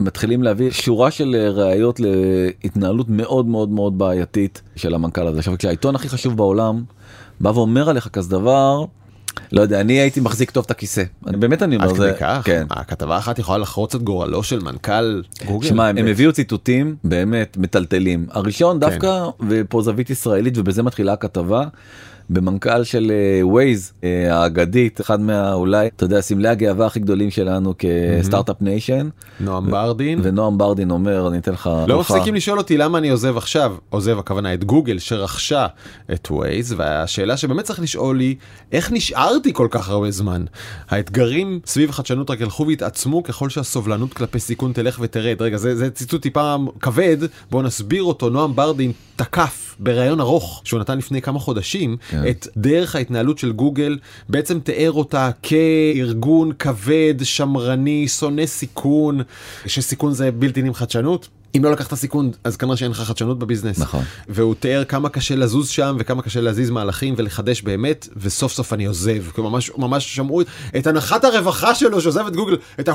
[SPEAKER 2] מתחילים להביא שורה של אה, ראיות להתנהלות מאוד מאוד מאוד בעייתית של המנכ"ל הזה. עכשיו כשהעיתון הכי חשוב בעולם בא ואומר עליך כזה דבר, לא יודע, אני הייתי מחזיק טוב את הכיסא. אני באמת אני
[SPEAKER 1] עד
[SPEAKER 2] אומר,
[SPEAKER 1] כדי
[SPEAKER 2] זה...
[SPEAKER 1] כך?
[SPEAKER 2] כן.
[SPEAKER 1] הכתבה אחת יכולה לחרוץ את גורלו של מנכ"ל גוגל?
[SPEAKER 2] שמע, הם הם הביאו ציטוטים באמת מטלטלים. הראשון
[SPEAKER 1] כן.
[SPEAKER 2] דווקא, ופה זווית ישראלית, ובזה מתחילה הכתבה, במנכ"ל של אה, Waze אה, האגדית, אחד מה, אולי, אתה יודע, סמלי הגאווה הכי גדולים שלנו כסטארט-אפ ניישן,
[SPEAKER 1] נועם ברדין.
[SPEAKER 2] ונועם ברדין אומר, אני אתן לך...
[SPEAKER 1] לא
[SPEAKER 2] ארוחה.
[SPEAKER 1] מפסיקים לשאול אותי למה אני עוזב עכשיו, עוזב הכוונה את גוגל שרכשה את Waze, והשאלה שבאמת צריך לשאול היא, איך נשארתי כל כך הרבה זמן? האתגרים סביב החדשנות רק ילכו והתעצמו ככל שהסובלנות כלפי סיכון תלך ותרד. רגע, זה, זה ציטוט טיפה כבד, בואו נסביר אותו, נועם ברדין תקף בריאיון ארוך שהוא נתן לפני כמה חודשים כן. את דרך ההתנהלות של גוגל, בעצם תיאר אותה כארגון כבד, שמרני, שונא סיכון, שסיכון זה בלתי נמחד חדשנות. אם לא לקחת סיכון אז כנראה שאין לך חדשנות בביזנס.
[SPEAKER 2] נכון.
[SPEAKER 1] והוא תיאר כמה קשה לזוז שם וכמה קשה להזיז מהלכים ולחדש באמת וסוף סוף אני עוזב. כי ממש ממש שמעו את הנחת הרווחה שלו שעוזב את גוגל את ה...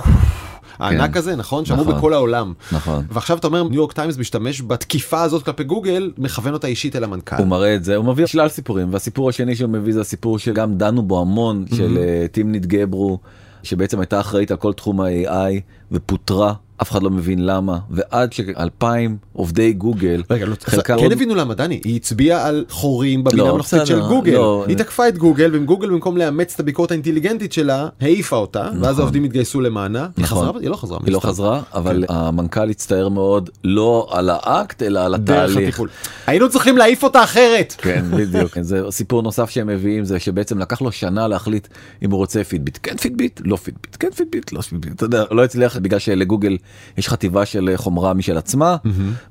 [SPEAKER 1] הענק הזה נכון שמעו
[SPEAKER 2] נכון.
[SPEAKER 1] בכל העולם.
[SPEAKER 2] נכון.
[SPEAKER 1] ועכשיו אתה אומר ניו יורק טיימס משתמש בתקיפה הזאת כלפי גוגל מכוון אותה אישית אל המנכ"ל.
[SPEAKER 2] הוא מראה את זה, הוא מביא שלל סיפורים, והסיפור השני שהוא מביא זה הסיפור שגם דנו בו המון, של אה, טימנית גברו, שבעצם הייתה אחראית על כל תחום ה-AI, ופוטרה, אף אחד לא מבין למה, ועד שאלפיים עובדי גוגל,
[SPEAKER 1] רגע, לא,
[SPEAKER 2] חלקם
[SPEAKER 1] כן
[SPEAKER 2] עוד-
[SPEAKER 1] הבינו למה, דני, היא הצביעה על חורים בבינה
[SPEAKER 2] לא,
[SPEAKER 1] המלאכותית של
[SPEAKER 2] בסדר,
[SPEAKER 1] גוגל.
[SPEAKER 2] לא,
[SPEAKER 1] היא
[SPEAKER 2] אני-
[SPEAKER 1] תקפה את גוגל, וגוגל במקום לאמץ את הביקורת האינטליגנטית שלה, העיפה אותה, ואז העובדים התגייסו למענה. היא
[SPEAKER 2] נכון.
[SPEAKER 1] חזרה? היא לא חזרה. מן
[SPEAKER 2] היא לא
[SPEAKER 1] הסתם.
[SPEAKER 2] חזרה, אבל
[SPEAKER 1] כן.
[SPEAKER 2] המנכ"ל הצטער מאוד לא על האקט, אלא על
[SPEAKER 1] דרך
[SPEAKER 2] התהליך.
[SPEAKER 1] הטיפול. היינו צריכים להעיף אותה אחרת.
[SPEAKER 2] כן, בדיוק. זה סיפור נוסף שהם מביאים, זה שבעצם לקח לו שנה להחליט אם הוא רוצה פידביט, כן פידביט, לא פידביט, כן פידביט, לא פידביט. אתה יודע, לא הצליח בגלל שלגוגל יש חטיבה של חומרה משל עצמה.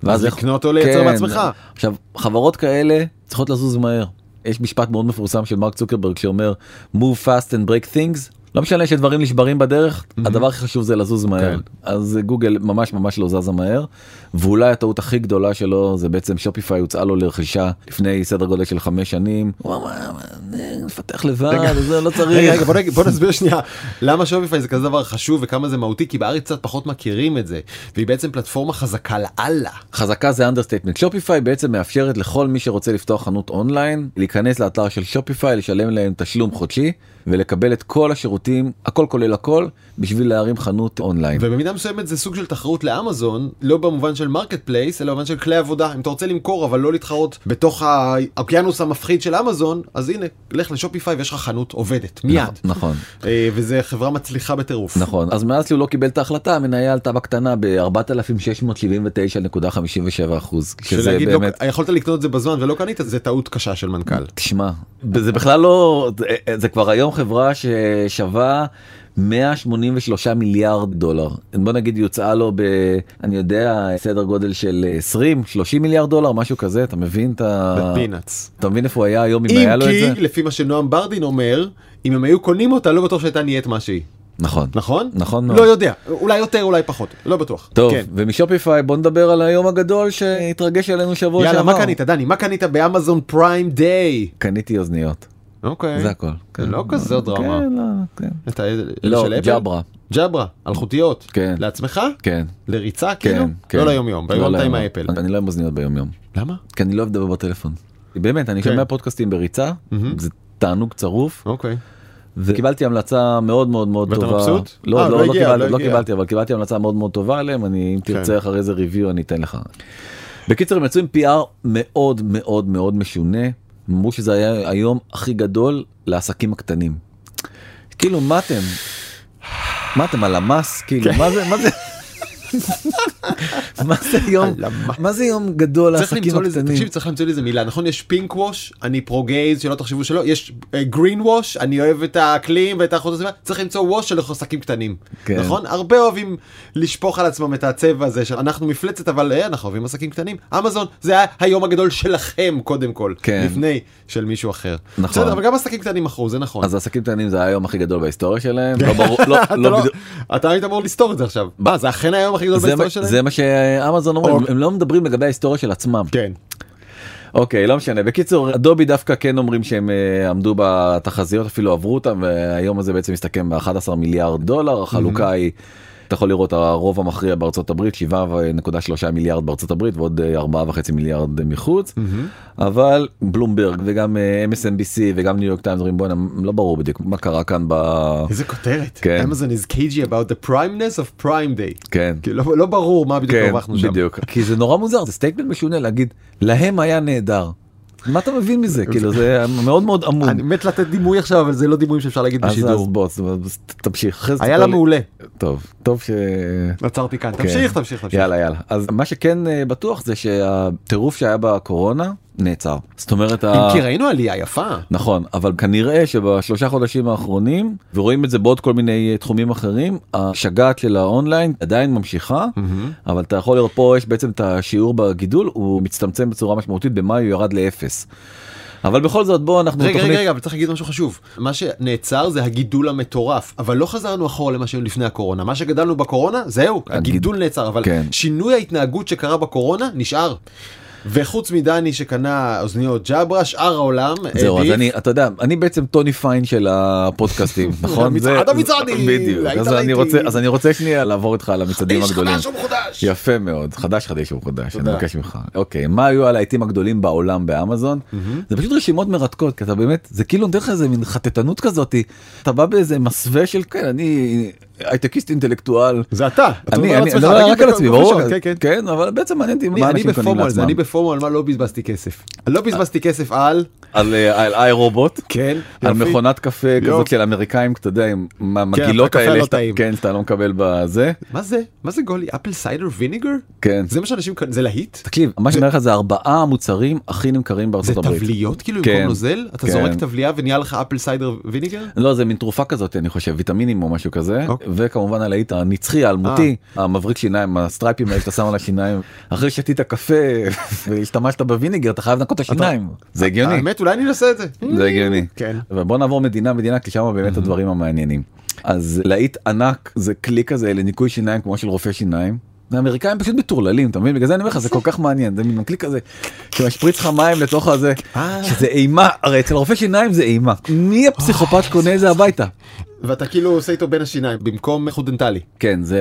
[SPEAKER 1] אז
[SPEAKER 2] איך-
[SPEAKER 1] לקנות או לייצר
[SPEAKER 2] כן.
[SPEAKER 1] בעצמך.
[SPEAKER 2] עכשיו, חברות כאלה צריכות לזוז מהר. יש משפט מאוד מפורסם של מרק צוקרברג שאומר, move fast and break things. לא משנה שדברים נשברים בדרך, הדבר הכי חשוב זה לזוז מהר.
[SPEAKER 1] Mhm. כן.
[SPEAKER 2] אז גוגל ממש ממש לא זזה מהר, ואולי הטעות הכי גדולה שלו זה בעצם שופיפיי הוצעה לו לרכישה לפני סדר גודל של חמש שנים. הוא אמר, "אה, נפתח לבד, זה לא
[SPEAKER 1] רגע, רגע,
[SPEAKER 2] צריך.
[SPEAKER 1] בוא נגיד- בוא נסביר שנייה למה שופיפיי זה כזה דבר חשוב וכמה זה מהותי, כי בארץ קצת פחות מכירים את זה. והיא בעצם פלטפורמה חזקה לאללה.
[SPEAKER 2] חזקה זה אנדרסטייטמנט. שופיפיי בעצם מאפשרת לכל מי שרוצה לפתוח חנות אונליין להיכנס לאתר של שופיפיי, לשלם להם תשלום חודשי ולקבל את כל השירותים, הכל כולל הכל, בשביל להרים חנות אונליין.
[SPEAKER 1] ובמידה מסוימת זה סוג של תחרות לאמזון, לא במובן של מרקט פלייס, אלא במובן של כלי עבודה. אם אתה רוצה למכור אבל לא להתחרות בתוך האוקיינוס המפחיד של אמזון, אז הנה, לך לשופיפיי ויש לך חנות עובדת, מיד.
[SPEAKER 2] נכון.
[SPEAKER 1] אה, וזה חברה מצליחה בטירוף.
[SPEAKER 2] נכון אז מאז שהוא לא קיבל את ההחלטה המניה עלתה בקטנה ב-4679.57 אחוז שזה
[SPEAKER 1] שלהגיד,
[SPEAKER 2] באמת
[SPEAKER 1] לא, יכולת לקנות את זה בזמן ולא קנית, זה טעות קשה של מנכ"ל.
[SPEAKER 2] תשמע זה בכלל לא זה- זה כבר היום חברה ששווה 183 מיליארד דולר בוא נגיד היא הוצאה לו ב... אני יודע סדר גודל של 20 30 מיליארד דולר משהו כזה אתה מבין את ה...
[SPEAKER 1] בפינאץ.
[SPEAKER 2] אתה מבין איפה הוא היה היום אה, אם
[SPEAKER 1] אם
[SPEAKER 2] היה לו את זה
[SPEAKER 1] כי, לפי מה שנועם ברדין אומר, אם הם היו קונים אותה, לא בטוח שהייתה נהיית מה שהיא.
[SPEAKER 2] נכון
[SPEAKER 1] נכון?
[SPEAKER 2] נכון מאוד.
[SPEAKER 1] לא יודע, אולי יותר, אולי פחות, לא בטוח.
[SPEAKER 2] טוב
[SPEAKER 1] כן.
[SPEAKER 2] ומשופיפיי בוא נדבר על היום הגדול שהתרגש עלינו שבוע שעבר
[SPEAKER 1] יאללה, מה קנית, דני? מה קנית באמזון פריים דיי?
[SPEAKER 2] קניתי אוזניות.
[SPEAKER 1] אוקיי.
[SPEAKER 2] זה הכל.
[SPEAKER 1] זה לא כזה דרמה.
[SPEAKER 2] כן, לא, כן.
[SPEAKER 1] את ה-
[SPEAKER 2] לא,
[SPEAKER 1] של אפל?
[SPEAKER 2] ג'ברה.
[SPEAKER 1] ג'ברה, אלחוטיות.
[SPEAKER 2] כן.
[SPEAKER 1] לעצמך?
[SPEAKER 2] כן.
[SPEAKER 1] לריצה כאילו?
[SPEAKER 2] כן, כן.
[SPEAKER 1] לא ליומיום, ביום אתה עם
[SPEAKER 2] ליום.
[SPEAKER 1] האפל.
[SPEAKER 2] אני לא עם אוזניות ביום יום.
[SPEAKER 1] למה?
[SPEAKER 2] כי אני לא אוהב לדבר בטלפון. באמת, אני
[SPEAKER 1] כן.
[SPEAKER 2] שומע פודקאסטים בריצה, זה תענוג צרוף,
[SPEAKER 1] אוקיי.
[SPEAKER 2] וקיבלתי המלצה מאוד מאוד מאוד
[SPEAKER 1] ואתה
[SPEAKER 2] טובה.
[SPEAKER 1] מבסוט? אה,
[SPEAKER 2] לא,
[SPEAKER 1] לא
[SPEAKER 2] לא, לא
[SPEAKER 1] הגיע,
[SPEAKER 2] קיבלתי,
[SPEAKER 1] לא
[SPEAKER 2] לא
[SPEAKER 1] הגיע.
[SPEAKER 2] קיבלתי, אבל קיבלתי המלצה מאוד מאוד טובה עליהם, אני, אם
[SPEAKER 1] כן.
[SPEAKER 2] תרצה אחרי זה review אני אתן לך. בקיצר, הם יצאו עם PR מאוד מאוד מאוד משונה, הם אמרו שזה היה היום הכי גדול לעסקים הקטנים. כאילו, מה אתם? מה אתם על המס?
[SPEAKER 1] כן.
[SPEAKER 2] כאילו, מה זה, מה זה? מה זה יום,
[SPEAKER 1] על המס.
[SPEAKER 2] מה זה יום גדול
[SPEAKER 1] צריך
[SPEAKER 2] לעסקים
[SPEAKER 1] למצוא לזה,
[SPEAKER 2] הקטנים?
[SPEAKER 1] תקשיב, צריך למצוא לזה מילה, נכון? יש פינק ווש, אני פרו גייז, שלא תחשבו שלא, יש גרין ווש, אני אוהב את האקלים ואת האחות הסביבה, צריך למצוא ווש של עסקים קטנים,
[SPEAKER 2] כן.
[SPEAKER 1] נכון? הרבה אוהבים לשפוך על עצמם את הצבע הזה, שאנחנו מפלצת, אבל אה, אנחנו אוהבים עסקים קטנים. אמזון, זה היה היום הגדול שלכם, קודם כל,
[SPEAKER 2] כן.
[SPEAKER 1] לפני של מישהו אחר.
[SPEAKER 2] נכון.
[SPEAKER 1] בסדר, אבל גם עסקים קטנים מכרו, זה נכון.
[SPEAKER 2] אז עסקים קטנים זה היום הכי גדול בהיסטוריה שלהם, לא ברור, לא,
[SPEAKER 1] אתה
[SPEAKER 2] לא
[SPEAKER 1] לא-
[SPEAKER 2] בדיוק-
[SPEAKER 1] אתה היית אמור לסתור את זה עכשיו. מה, זה אכן היום הכי גדול
[SPEAKER 2] זה מה-
[SPEAKER 1] בהיסטוריה שלהם? אוקיי.
[SPEAKER 2] זה מה שאמזון אומרים, הם לא מדברים לגבי ההיסטוריה של עצמם.
[SPEAKER 1] כן.
[SPEAKER 2] אוקיי, לא משנה. בקיצור, אדובי דווקא כן אומרים שהם אה, עמדו בתחזיות, אפילו עברו אותם, והיום הזה בעצם מסתכם ב-11 מיליארד דולר, החלוקה היא אתה יכול לראות הרוב המכריע בארצות הברית 7.3 מיליארד בארצות הברית ועוד אה, 4.5 מיליארד אה, מחוץ אבל בלומברג וגם אה, MSNBC וגם ניו יורק טיימס אומרים בואנה לא ברור בדיוק מה קרה כאן ב...
[SPEAKER 1] איזה כותרת.
[SPEAKER 2] כן.
[SPEAKER 1] Amazon is cagey about the primeness of prime day.
[SPEAKER 2] כן.
[SPEAKER 1] כי לא, לא ברור מה בדיוק
[SPEAKER 2] כן,
[SPEAKER 1] הרווחנו שם.
[SPEAKER 2] בדיוק. כי זה נורא מוזר, זה סטייטמנט משונה להגיד, להם היה נהדר. מה אתה מבין מזה? כאילו זה מאוד מאוד עמום.
[SPEAKER 1] אני מת לתת דימוי עכשיו, אבל זה לא דימויים שאפשר להגיד
[SPEAKER 2] אז אז
[SPEAKER 1] בשידור.
[SPEAKER 2] בוא, אז- אז תמשיך. אחרי זה
[SPEAKER 1] היה
[SPEAKER 2] תספר
[SPEAKER 1] לה
[SPEAKER 2] לי-
[SPEAKER 1] מעולה.
[SPEAKER 2] טוב, טוב ש...
[SPEAKER 1] עצרתי כאן.
[SPEAKER 2] כן.
[SPEAKER 1] תמשיך, תמשיך, תמשיך.
[SPEAKER 2] יאללה יאללה אז מה שכן אה, בטוח זה שהטירוף שהיה בקורונה נעצר זאת אומרת ה-
[SPEAKER 1] אם כי ראינו עלייה יפה.
[SPEAKER 2] נכון אבל כנראה שבשלושה חודשים האחרונים ורואים את זה בעוד כל מיני אה, תחומים אחרים השגעת של האונליין עדיין ממשיכה אבל אתה יכול לראות פה יש בעצם את השיעור בגידול הוא מצטמצם בצורה משמעותית במאי הוא ירד לאפס. אבל בכל זאת בוא אנחנו
[SPEAKER 1] רגע,
[SPEAKER 2] תוכנית-
[SPEAKER 1] רגע, רגע, אבל צריך להגיד משהו חשוב. מה שנעצר זה הגידול המטורף, אבל לא חזרנו אחורה למה שהיו לפני הקורונה. מה שגדלנו בקורונה, זהו, הגידול נעצר, אבל
[SPEAKER 2] כן.
[SPEAKER 1] שינוי ההתנהגות שקרה בקורונה נשאר. וחוץ מדני שקנה אוזניות ג'אברה, שאר העולם
[SPEAKER 2] זהו אז
[SPEAKER 1] העדיף.
[SPEAKER 2] אני אתה יודע אני בעצם טוני פיין של הפודקאסטים נכון
[SPEAKER 1] מצעד
[SPEAKER 2] זה-
[SPEAKER 1] המצעדים,
[SPEAKER 2] בדיוק
[SPEAKER 1] היית
[SPEAKER 2] אז אני
[SPEAKER 1] להיטי.
[SPEAKER 2] רוצה אז אני רוצה שנייה לעבור איתך על המצעדים
[SPEAKER 1] איש
[SPEAKER 2] הגדולים
[SPEAKER 1] חדש ומחודש.
[SPEAKER 2] יפה מאוד חדש חדש ומחודש אני
[SPEAKER 1] תודה.
[SPEAKER 2] מבקש ממך אוקיי מה היו על העיתים הגדולים בעולם באמזון זה פשוט רשימות מרתקות כי אתה באמת זה כאילו נותן לך איזה מין חטטנות כזאתי אתה בא באיזה מסווה של כן אני הייטקיסט אינטלקטואל.
[SPEAKER 1] זה אתה, אתה
[SPEAKER 2] אני,
[SPEAKER 1] מדבר על
[SPEAKER 2] אני,
[SPEAKER 1] עצמך,
[SPEAKER 2] לא,
[SPEAKER 1] תגיד
[SPEAKER 2] רק על
[SPEAKER 1] בכל-
[SPEAKER 2] עצמי,
[SPEAKER 1] בכל
[SPEAKER 2] ברור,
[SPEAKER 1] שעה, כן, כן.
[SPEAKER 2] כן, אבל בעצם מעניין אותי מה
[SPEAKER 1] אני- אני
[SPEAKER 2] אנשים קונים
[SPEAKER 1] בפומו על זה,
[SPEAKER 2] לעצמם.
[SPEAKER 1] אני בפומו על מה לא בזבזתי כסף. לא בזבזתי כסף על,
[SPEAKER 2] על אה, על איי רובוט,
[SPEAKER 1] כן,
[SPEAKER 2] על
[SPEAKER 1] יופי.
[SPEAKER 2] מכונת קפה כזאת של אמריקאים, אתה יודע, עם המגעילות
[SPEAKER 1] הקפה
[SPEAKER 2] האלה,
[SPEAKER 1] לא
[SPEAKER 2] שאתה-
[SPEAKER 1] טעים.
[SPEAKER 2] כן, שאתה לא מקבל בזה,
[SPEAKER 1] מה זה? מה זה גולי? אפל סיידר ויניגר?
[SPEAKER 2] כן.
[SPEAKER 1] זה מה שאנשים קנו, זה להיט?
[SPEAKER 2] תקשיב, מה שאני אומר לך זה ארבעה המוצרים הכי נמכרים
[SPEAKER 1] זה
[SPEAKER 2] בארצות הברית.
[SPEAKER 1] תבליות כאילו
[SPEAKER 2] כן,
[SPEAKER 1] במקום נוזל? אתה
[SPEAKER 2] כן.
[SPEAKER 1] זורק טבלייה ונהיה לך אפל סיידר ויניגר?
[SPEAKER 2] לא זה מין תרופה כזאת אני חושב ויטמינים או משהו כזה
[SPEAKER 1] אוקיי. אה.
[SPEAKER 2] וכמובן הלהיט הנצחי האלמותי המבריק שיניים הסטרייפים האלה שאתה שם על השיניים אחרי ששתית קפה והשתמשת בוויניגר אתה חייב לנקות את השיניים זה הגיוני
[SPEAKER 1] האמת אולי אני אנסה את זה.
[SPEAKER 2] זה הגיוני
[SPEAKER 1] כן. Mhm.
[SPEAKER 2] ובוא נעבור מדינה מדינה כי שם באמת הדברים המעניינים אז להיט ענק זה כלי כזה לניקוי שיניים כמו של רופא שיניים. האמריקאים פשוט מטורללים אתה מבין בגלל זה אני אומר לך זה כל כך מעניין זה מין כלי כזה שמשפריץ לך מים לתוך הזה
[SPEAKER 1] אה.
[SPEAKER 2] שזה אימה הרי אצל רופא שיניים זה אימה מי
[SPEAKER 1] אה.
[SPEAKER 2] הפסיכופת קונה את זה הביתה
[SPEAKER 1] ואתה כאילו עושה איתו בין השיניים במקום חוט דנטלי.
[SPEAKER 2] כן זה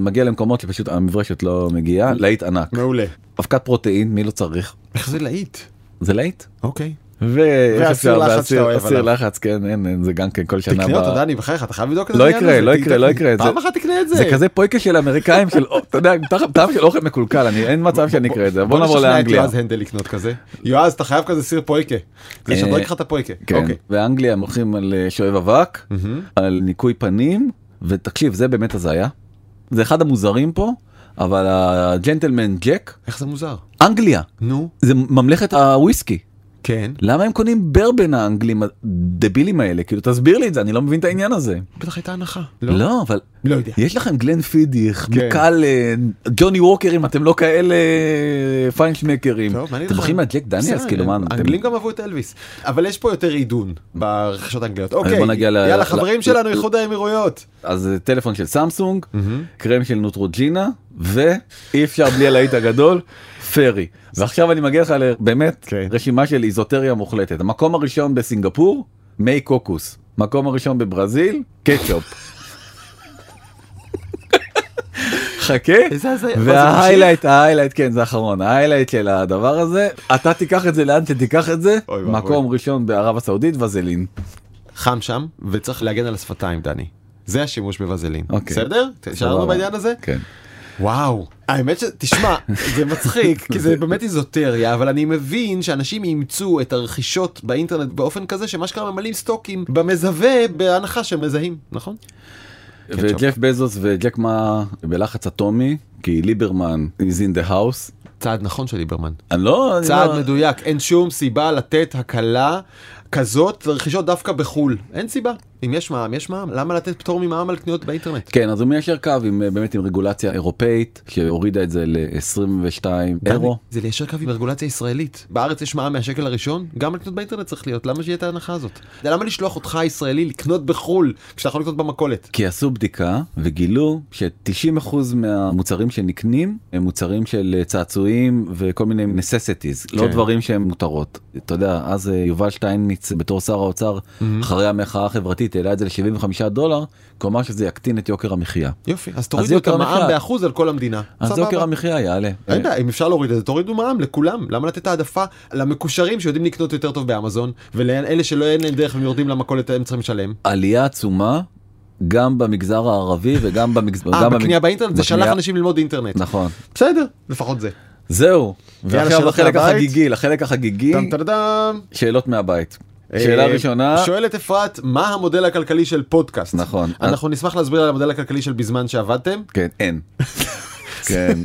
[SPEAKER 2] מגיע למקומות שפשוט המברשת לא מגיעה להיט ענק
[SPEAKER 1] מעולה.
[SPEAKER 2] אבקת פרוטאין מי לא צריך
[SPEAKER 1] איך זה להיט?
[SPEAKER 2] זה להיט.
[SPEAKER 1] אוקיי.
[SPEAKER 2] ואסיר
[SPEAKER 1] לחץ שאתה אוהב
[SPEAKER 2] אסיר
[SPEAKER 1] עליו.
[SPEAKER 2] לחץ כן אין, אין זה גם כן כל שנה.
[SPEAKER 1] תקנה
[SPEAKER 2] ב-
[SPEAKER 1] אותו דני בחייך אתה חייב לבדוק את
[SPEAKER 2] לא
[SPEAKER 1] העניין
[SPEAKER 2] יקרה,
[SPEAKER 1] הזה,
[SPEAKER 2] לא
[SPEAKER 1] תקנה-
[SPEAKER 2] יקרה, לא יקרה,
[SPEAKER 1] פעם
[SPEAKER 2] זה-
[SPEAKER 1] אחת תקנה את זה.
[SPEAKER 2] זה כזה פויקה של אמריקאים של או, אתה יודע טעם- טעם של אוכל מקולקל אני אין מצב שאני אקרא את זה בוא נעבור
[SPEAKER 1] נשכנע את
[SPEAKER 2] לאנגליה.
[SPEAKER 1] יועז הנדל לקנות כזה. יועז אתה חייב כזה סיר פויקה. זה שדרג לך את הפויקה.
[SPEAKER 2] כן.
[SPEAKER 1] אוקיי.
[SPEAKER 2] באנגליה הם הולכים על אה, שואב אבק על ניקוי פנים ותקשיב זה באמת הזיה. זה אחד המוזרים פה אבל הג'נטלמן ג'ק
[SPEAKER 1] איך זה מוזר?
[SPEAKER 2] אנגליה
[SPEAKER 1] נו.
[SPEAKER 2] זה ממלכת הוויסקי.
[SPEAKER 1] כן.
[SPEAKER 2] למה הם קונים ברבן האנגלים הדבילים האלה כאילו תסביר לי את זה אני לא מבין את העניין הזה
[SPEAKER 1] בטח הייתה הנחה.
[SPEAKER 2] לא אבל
[SPEAKER 1] לא יודע.
[SPEAKER 2] יש לכם גלן פידיך,
[SPEAKER 1] כן.
[SPEAKER 2] מקלן, ג'וני ווקרים, אתם לא כאלה פיינשמקרים.
[SPEAKER 1] טוב, מה אני
[SPEAKER 2] אתם
[SPEAKER 1] לך?
[SPEAKER 2] הולכים לג'ק דניאלס,
[SPEAKER 1] בסדר,
[SPEAKER 2] כאילו מה, אתם-
[SPEAKER 1] האנגלים גם אהבו את אלוויס. אבל יש פה יותר עידון ברכישות האנגליות. אוקיי,
[SPEAKER 2] בוא נגיע ל-
[SPEAKER 1] יאללה
[SPEAKER 2] ל-
[SPEAKER 1] חברים
[SPEAKER 2] ל-
[SPEAKER 1] שלנו,
[SPEAKER 2] ל-
[SPEAKER 1] איחוד האמירויות.
[SPEAKER 2] אז אה, טלפון של סמסונג, קרם של נוטרוג'ינה, ואי אפשר בלי הלהיט הגדול, פרי. ועכשיו אני מגיע לך לבאמת
[SPEAKER 1] כן.
[SPEAKER 2] רשימה של איזוטריה מוחלטת. המקום הראשון בסינגפור, מי קוקוס. מקום הראשון בברזיל, קטשופ. חכה,
[SPEAKER 1] איזה הזיה. מה, זה
[SPEAKER 2] וההיילייט, ההיילייט, כן, זה האחרון, ההיילייט של הדבר הזה, אתה תיקח את זה לאן שתיקח את זה,
[SPEAKER 1] אוי ואבוי.
[SPEAKER 2] מקום ראשון בערב הסעודית, וזלין.
[SPEAKER 1] חם שם, וצריך להגן על השפתיים, דני. זה השימוש בבזלין.
[SPEAKER 2] אוקיי.
[SPEAKER 1] בסדר? נשארנו
[SPEAKER 2] סבבה.
[SPEAKER 1] בעניין הזה?
[SPEAKER 2] כן.
[SPEAKER 1] וואו. האמת ש... תשמע, זה מצחיק, כי זה באמת איזוטריה, אבל אני מבין שאנשים אימצו את הרכישות באינטרנט באופן כזה שמה שקרה ממלאים סטוקים במזווה בהנחה שהם מזהים, נכון?
[SPEAKER 2] וג'ף בזוס וג'ק מה בלחץ אטומי, כי ליברמן is in the house.
[SPEAKER 1] צעד נכון של ליברמן.
[SPEAKER 2] אני לא... אני
[SPEAKER 1] צעד
[SPEAKER 2] לא-
[SPEAKER 1] מדויק, אין שום סיבה לתת הקלה כזאת לרכישות דווקא בחו"ל. אין סיבה. אם יש מע"מ, יש מע"מ. למה לתת פטור ממע"מ על קניות באינטרנט?
[SPEAKER 2] כן, אז הוא מיישר קו עם אה, באמת עם רגולציה אירופאית, שהורידה את זה ל-22 אירו.
[SPEAKER 1] זה ליישר קו עם רגולציה ישראלית. בארץ יש מע"מ מהשקל הראשון, גם על קנות באינטרנט צריך להיות, למה שיהיה את ההנחה הזאת? למה לשלוח אותך הישראלי לקנות בחו"ל, כשאתה יכול לקנות במכולת?
[SPEAKER 2] כי עשו בדיקה וגילו ש-90% מהמוצרים שנקנים הם מוצרים של אה, צעצועים וכל מיני necessities, לא
[SPEAKER 1] כן.
[SPEAKER 2] דברים שהם מותרות. אתה יודע, אז אה, יובל שטייניץ בתור שר האוצר, אחרי המחאה החברתית, הממשלתית העלה את זה ל-75 דולר, כלומר שזה יקטין את יוקר המחיה.
[SPEAKER 1] יופי, אז תורידו את
[SPEAKER 2] יוקר
[SPEAKER 1] המע"מ
[SPEAKER 2] המחיה.
[SPEAKER 1] באחוז על כל המדינה.
[SPEAKER 2] אז
[SPEAKER 1] סבבה.
[SPEAKER 2] יוקר המחיה יעלה.
[SPEAKER 1] אין בעיה, אם אפשר להוריד את זה, תורידו מע"מ לכולם. למה לתת העדפה למקושרים שיודעים לקנות יותר טוב באמזון, ולאלה שלא אין להם דרך והם יורדים למכולת הם צריכים לשלם?
[SPEAKER 2] עלייה עצומה גם במגזר הערבי וגם במגזר...
[SPEAKER 1] אה,
[SPEAKER 2] גם במג-
[SPEAKER 1] בקנייה באינטרנט זה שלח
[SPEAKER 2] בקנייה-
[SPEAKER 1] אנשים ללמוד אינטרנט.
[SPEAKER 2] נכון.
[SPEAKER 1] בסדר, לפחות
[SPEAKER 2] אה,
[SPEAKER 1] זה.
[SPEAKER 2] זהו. ועכשיו
[SPEAKER 1] שאלות
[SPEAKER 2] לחלק
[SPEAKER 1] מהבית.
[SPEAKER 2] החגיגי, לחלק החגיגי,
[SPEAKER 1] טם טם טם.
[SPEAKER 2] שאלות מהבית. שאלה
[SPEAKER 1] אה,
[SPEAKER 2] ראשונה,
[SPEAKER 1] שואלת אפרת, מה המודל הכלכלי של פודקאסט?
[SPEAKER 2] נכון.
[SPEAKER 1] אנחנו נשמח להסביר על המודל הכלכלי של בזמן שעבדתם.
[SPEAKER 2] כן, אין. כן.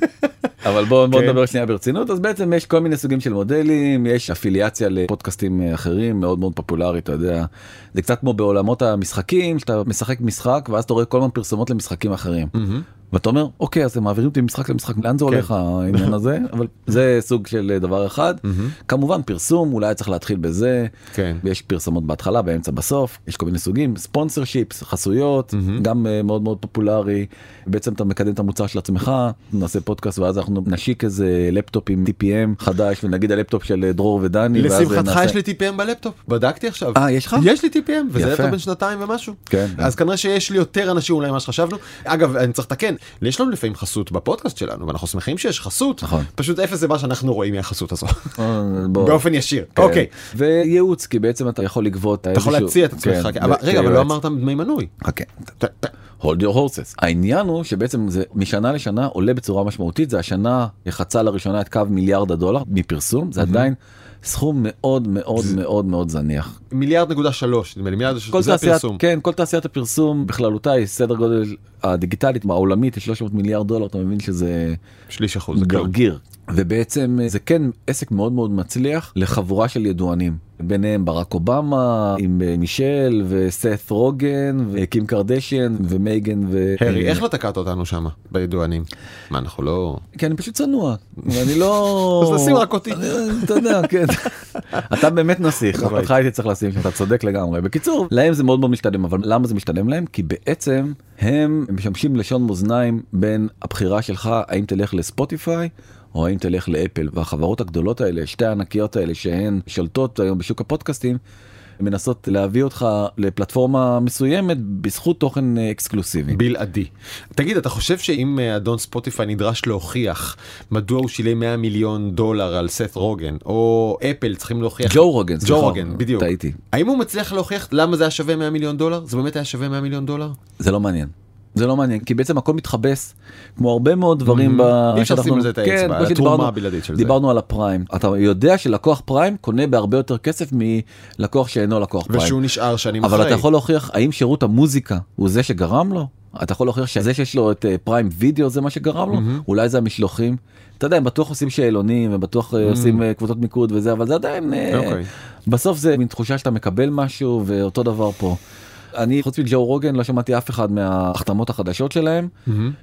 [SPEAKER 2] אבל בואו בוא
[SPEAKER 1] כן.
[SPEAKER 2] נדבר שנייה ברצינות אז בעצם יש כל מיני סוגים של מודלים יש אפיליאציה לפודקאסטים אה, אחרים מאוד מאוד פופולרי אתה יודע זה קצת כמו בעולמות המשחקים שאתה משחק משחק ואז אתה רואה כל הזמן פרסומות למשחקים אחרים ואתה אומר אוקיי אז הם מעבירים אותי משחק למשחק לאן זה הולך העניין הזה אבל זה סוג של אה, דבר אחד כמובן פרסום אולי צריך להתחיל בזה
[SPEAKER 1] כן.
[SPEAKER 2] יש פרסמות בהתחלה באמצע בסוף יש כל מיני סוגים ספונסר שיפס חסויות mm-hmm. גם אה, מאוד מאוד פופולרי בעצם אתה מקדם את המוצר של עצמך נעשה פודקאסט ואז אנחנו נשיק איזה לפטופ עם TPM חדש ונגיד הלפטופ של אה, דרור ודני ואז
[SPEAKER 1] לשמחתך
[SPEAKER 2] נעשה-
[SPEAKER 1] יש לי TPM בלפטופ, בדקתי עכשיו.
[SPEAKER 2] אה, יש לך?
[SPEAKER 1] יש לי TPM, וזה
[SPEAKER 2] יפה.
[SPEAKER 1] לפטופ בן שנתיים ומשהו.
[SPEAKER 2] כן.
[SPEAKER 1] אז כנראה שיש לי יותר אנשים אולי ממה שחשבנו. אגב, אני צריך לתקן, יש לנו לפעמים חסות בפודקאסט שלנו, ואנחנו שמחים שיש חסות.
[SPEAKER 2] נכון.
[SPEAKER 1] פשוט אפס זה מה שאנחנו רואים מהחסות הזו,
[SPEAKER 2] אה, בוא.
[SPEAKER 1] באופן ישיר.
[SPEAKER 2] כן.
[SPEAKER 1] אוקיי.
[SPEAKER 2] וייעוץ כי בעצם אתה יכול לגבות אה,
[SPEAKER 1] אתה יכול להציע את עצמך, כן, אבל- רגע, אבל לא אמרת דמי מנוי.
[SPEAKER 2] חכה
[SPEAKER 1] ת- ת-
[SPEAKER 2] hold your horses. העניין הוא שבעצם זה משנה לשנה עולה בצורה משמעותית, זה השנה חצה לראשונה את קו מיליארד הדולר מפרסום, זה עדיין סכום מאוד מאוד מאוד מאוד זניח.
[SPEAKER 1] מיליארד נקודה שלוש, נדמה לי, מיליארד
[SPEAKER 2] כל
[SPEAKER 1] זה
[SPEAKER 2] תעשיית,
[SPEAKER 1] הפרסום.
[SPEAKER 2] כן, כל תעשיית הפרסום בכללותה היא סדר גודל הדיגיטלית העולמית היא 300 מיליארד דולר, אתה מבין שזה
[SPEAKER 1] שליש אחוז, זה כלום.
[SPEAKER 2] גרגיר. ובעצם אה, זה כן עסק מאוד מאוד מצליח לחבורה של ידוענים. ביניהם ברק אובמה עם אה, מישל וסת' רוגן וקים קרדשן ומייגן ו...
[SPEAKER 1] הרי,
[SPEAKER 2] אה,
[SPEAKER 1] איך לא תקעת אותנו שם, בידוענים? מה, אנחנו לא...
[SPEAKER 2] כי אני פשוט צנוע, ואני לא...
[SPEAKER 1] אז תשים רק אותי.
[SPEAKER 2] אני- אתה יודע, כן. אוקיי. אתה באמת נסיך,
[SPEAKER 1] נכון.
[SPEAKER 2] אותך הייתי צריך לשים, שם, אתה צודק לגמרי. בקיצור, להם זה מאוד מאוד משתלם, אבל למה זה משתלם להם? כי בעצם הם משמשים לשון מאזניים בין הבחירה שלך, האם תלך לספוטיפיי. או האם תלך לאפל והחברות הגדולות האלה שתי הענקיות האלה שהן שולטות היום בשוק הפודקאסטים מנסות להביא אותך לפלטפורמה מסוימת בזכות תוכן אה, אקסקלוסיבי.
[SPEAKER 1] בלעדי. תגיד, אתה חושב שאם אה, אדון ספוטיפיי נדרש להוכיח מדוע הוא שילם 100 מיליון דולר על סט רוגן, או אפל צריכים להוכיח...
[SPEAKER 2] ג'ו רוגן,
[SPEAKER 1] ג'ו
[SPEAKER 2] סליחה,
[SPEAKER 1] רוגן, בדיוק.
[SPEAKER 2] טעיתי.
[SPEAKER 1] האם הוא מצליח להוכיח למה זה היה שווה 100 מיליון דולר? זה באמת היה שווה 100 מיליון דולר?
[SPEAKER 2] זה לא מעניין. זה לא מעניין כי בעצם הכל מתחבס כמו הרבה מאוד דברים
[SPEAKER 1] Mhm.
[SPEAKER 2] ב...
[SPEAKER 1] אי אפשר
[SPEAKER 2] שאנחנו-
[SPEAKER 1] לשים על זה את האצבע,
[SPEAKER 2] כן, כמו
[SPEAKER 1] התרומה
[SPEAKER 2] שדיברנו-
[SPEAKER 1] הבלעדית של זה.
[SPEAKER 2] דיברנו על הפריים אתה יודע שלקוח פריים קונה בהרבה יותר כסף מלקוח שאינו לקוח פריים.
[SPEAKER 1] ושהוא נשאר שנים אחרי.
[SPEAKER 2] אבל אתה יכול להוכיח האם שירות המוזיקה הוא זה שגרם לו? אתה יכול להוכיח שזה שיש לו את אה, פריים וידאו זה מה שגרם לו? אולי זה המשלוחים? אתה יודע, הם בטוח עושים שאלונים, הם בטוח אה, עושים אה, קבוצות מיקוד וזה, אבל זה עדיין... אה,
[SPEAKER 1] אוקיי.
[SPEAKER 2] בסוף זה מין תחושה שאתה מקבל משהו, ואותו דבר פה. אני, חוץ מג'ו רוגן, לא שמעתי אף אחד מההחתמות החדשות שלהם.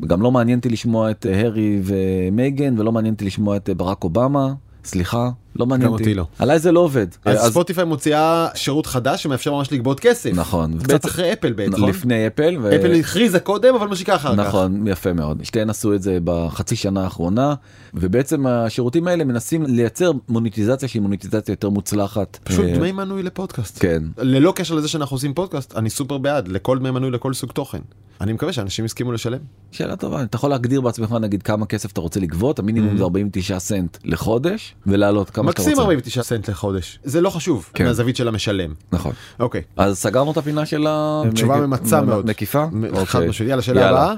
[SPEAKER 2] גם לא מעניין אותי לשמוע את אה, הרי ומייגן, ולא מעניין אותי לשמוע את אה, ברק אובמה. סליחה, לא מעניין
[SPEAKER 1] גם
[SPEAKER 2] אותי.
[SPEAKER 1] אותי לא.
[SPEAKER 2] עליי זה לא עובד.
[SPEAKER 1] אז
[SPEAKER 2] אה, אז-
[SPEAKER 1] ספוטיפיי מוציאה שירות חדש שמאפשר ממש לגבות כסף.
[SPEAKER 2] נכון.
[SPEAKER 1] קצת אחרי אפל בעצם.
[SPEAKER 2] לפני אפל. ו-
[SPEAKER 1] נכון? אפל הכריזה קודם אבל משיקה אחר כך.
[SPEAKER 2] נכון, יפה מאוד. שתיהן עשו את זה בחצי שנה האחרונה, ובעצם השירותים האלה מנסים לייצר מוניטיזציה שהיא מוניטיזציה יותר מוצלחת.
[SPEAKER 1] פשוט
[SPEAKER 2] אה,
[SPEAKER 1] דמי מנוי לפודקאסט.
[SPEAKER 2] כן.
[SPEAKER 1] ללא קשר לזה שאנחנו עושים פודקאסט, אני סופר בעד לכל דמי מנוי לכל סוג תוכן. אני מקווה שאנשים יסכימו לשלם.
[SPEAKER 2] שאלה טובה, אתה יכול להגדיר בעצמך נגיד כמה כסף אתה רוצה לגבות, המינימום זה 49 סנט לחודש, ולהעלות כמה שאתה רוצה.
[SPEAKER 1] Mm. מקסימום 49 סנט לחודש. זה לא חשוב
[SPEAKER 2] כן.
[SPEAKER 1] מהזווית של המשלם.
[SPEAKER 2] נכון.
[SPEAKER 1] אוקיי.
[SPEAKER 2] אז סגרנו את הפינה של ה...
[SPEAKER 1] תשובה
[SPEAKER 2] מג-
[SPEAKER 1] ממצה
[SPEAKER 2] מ-
[SPEAKER 1] מאוד.
[SPEAKER 2] מקיפה?
[SPEAKER 1] מ-
[SPEAKER 2] אוקיי.
[SPEAKER 1] חד משמעית. יאללה, שאלה
[SPEAKER 2] יאללה.
[SPEAKER 1] הבאה.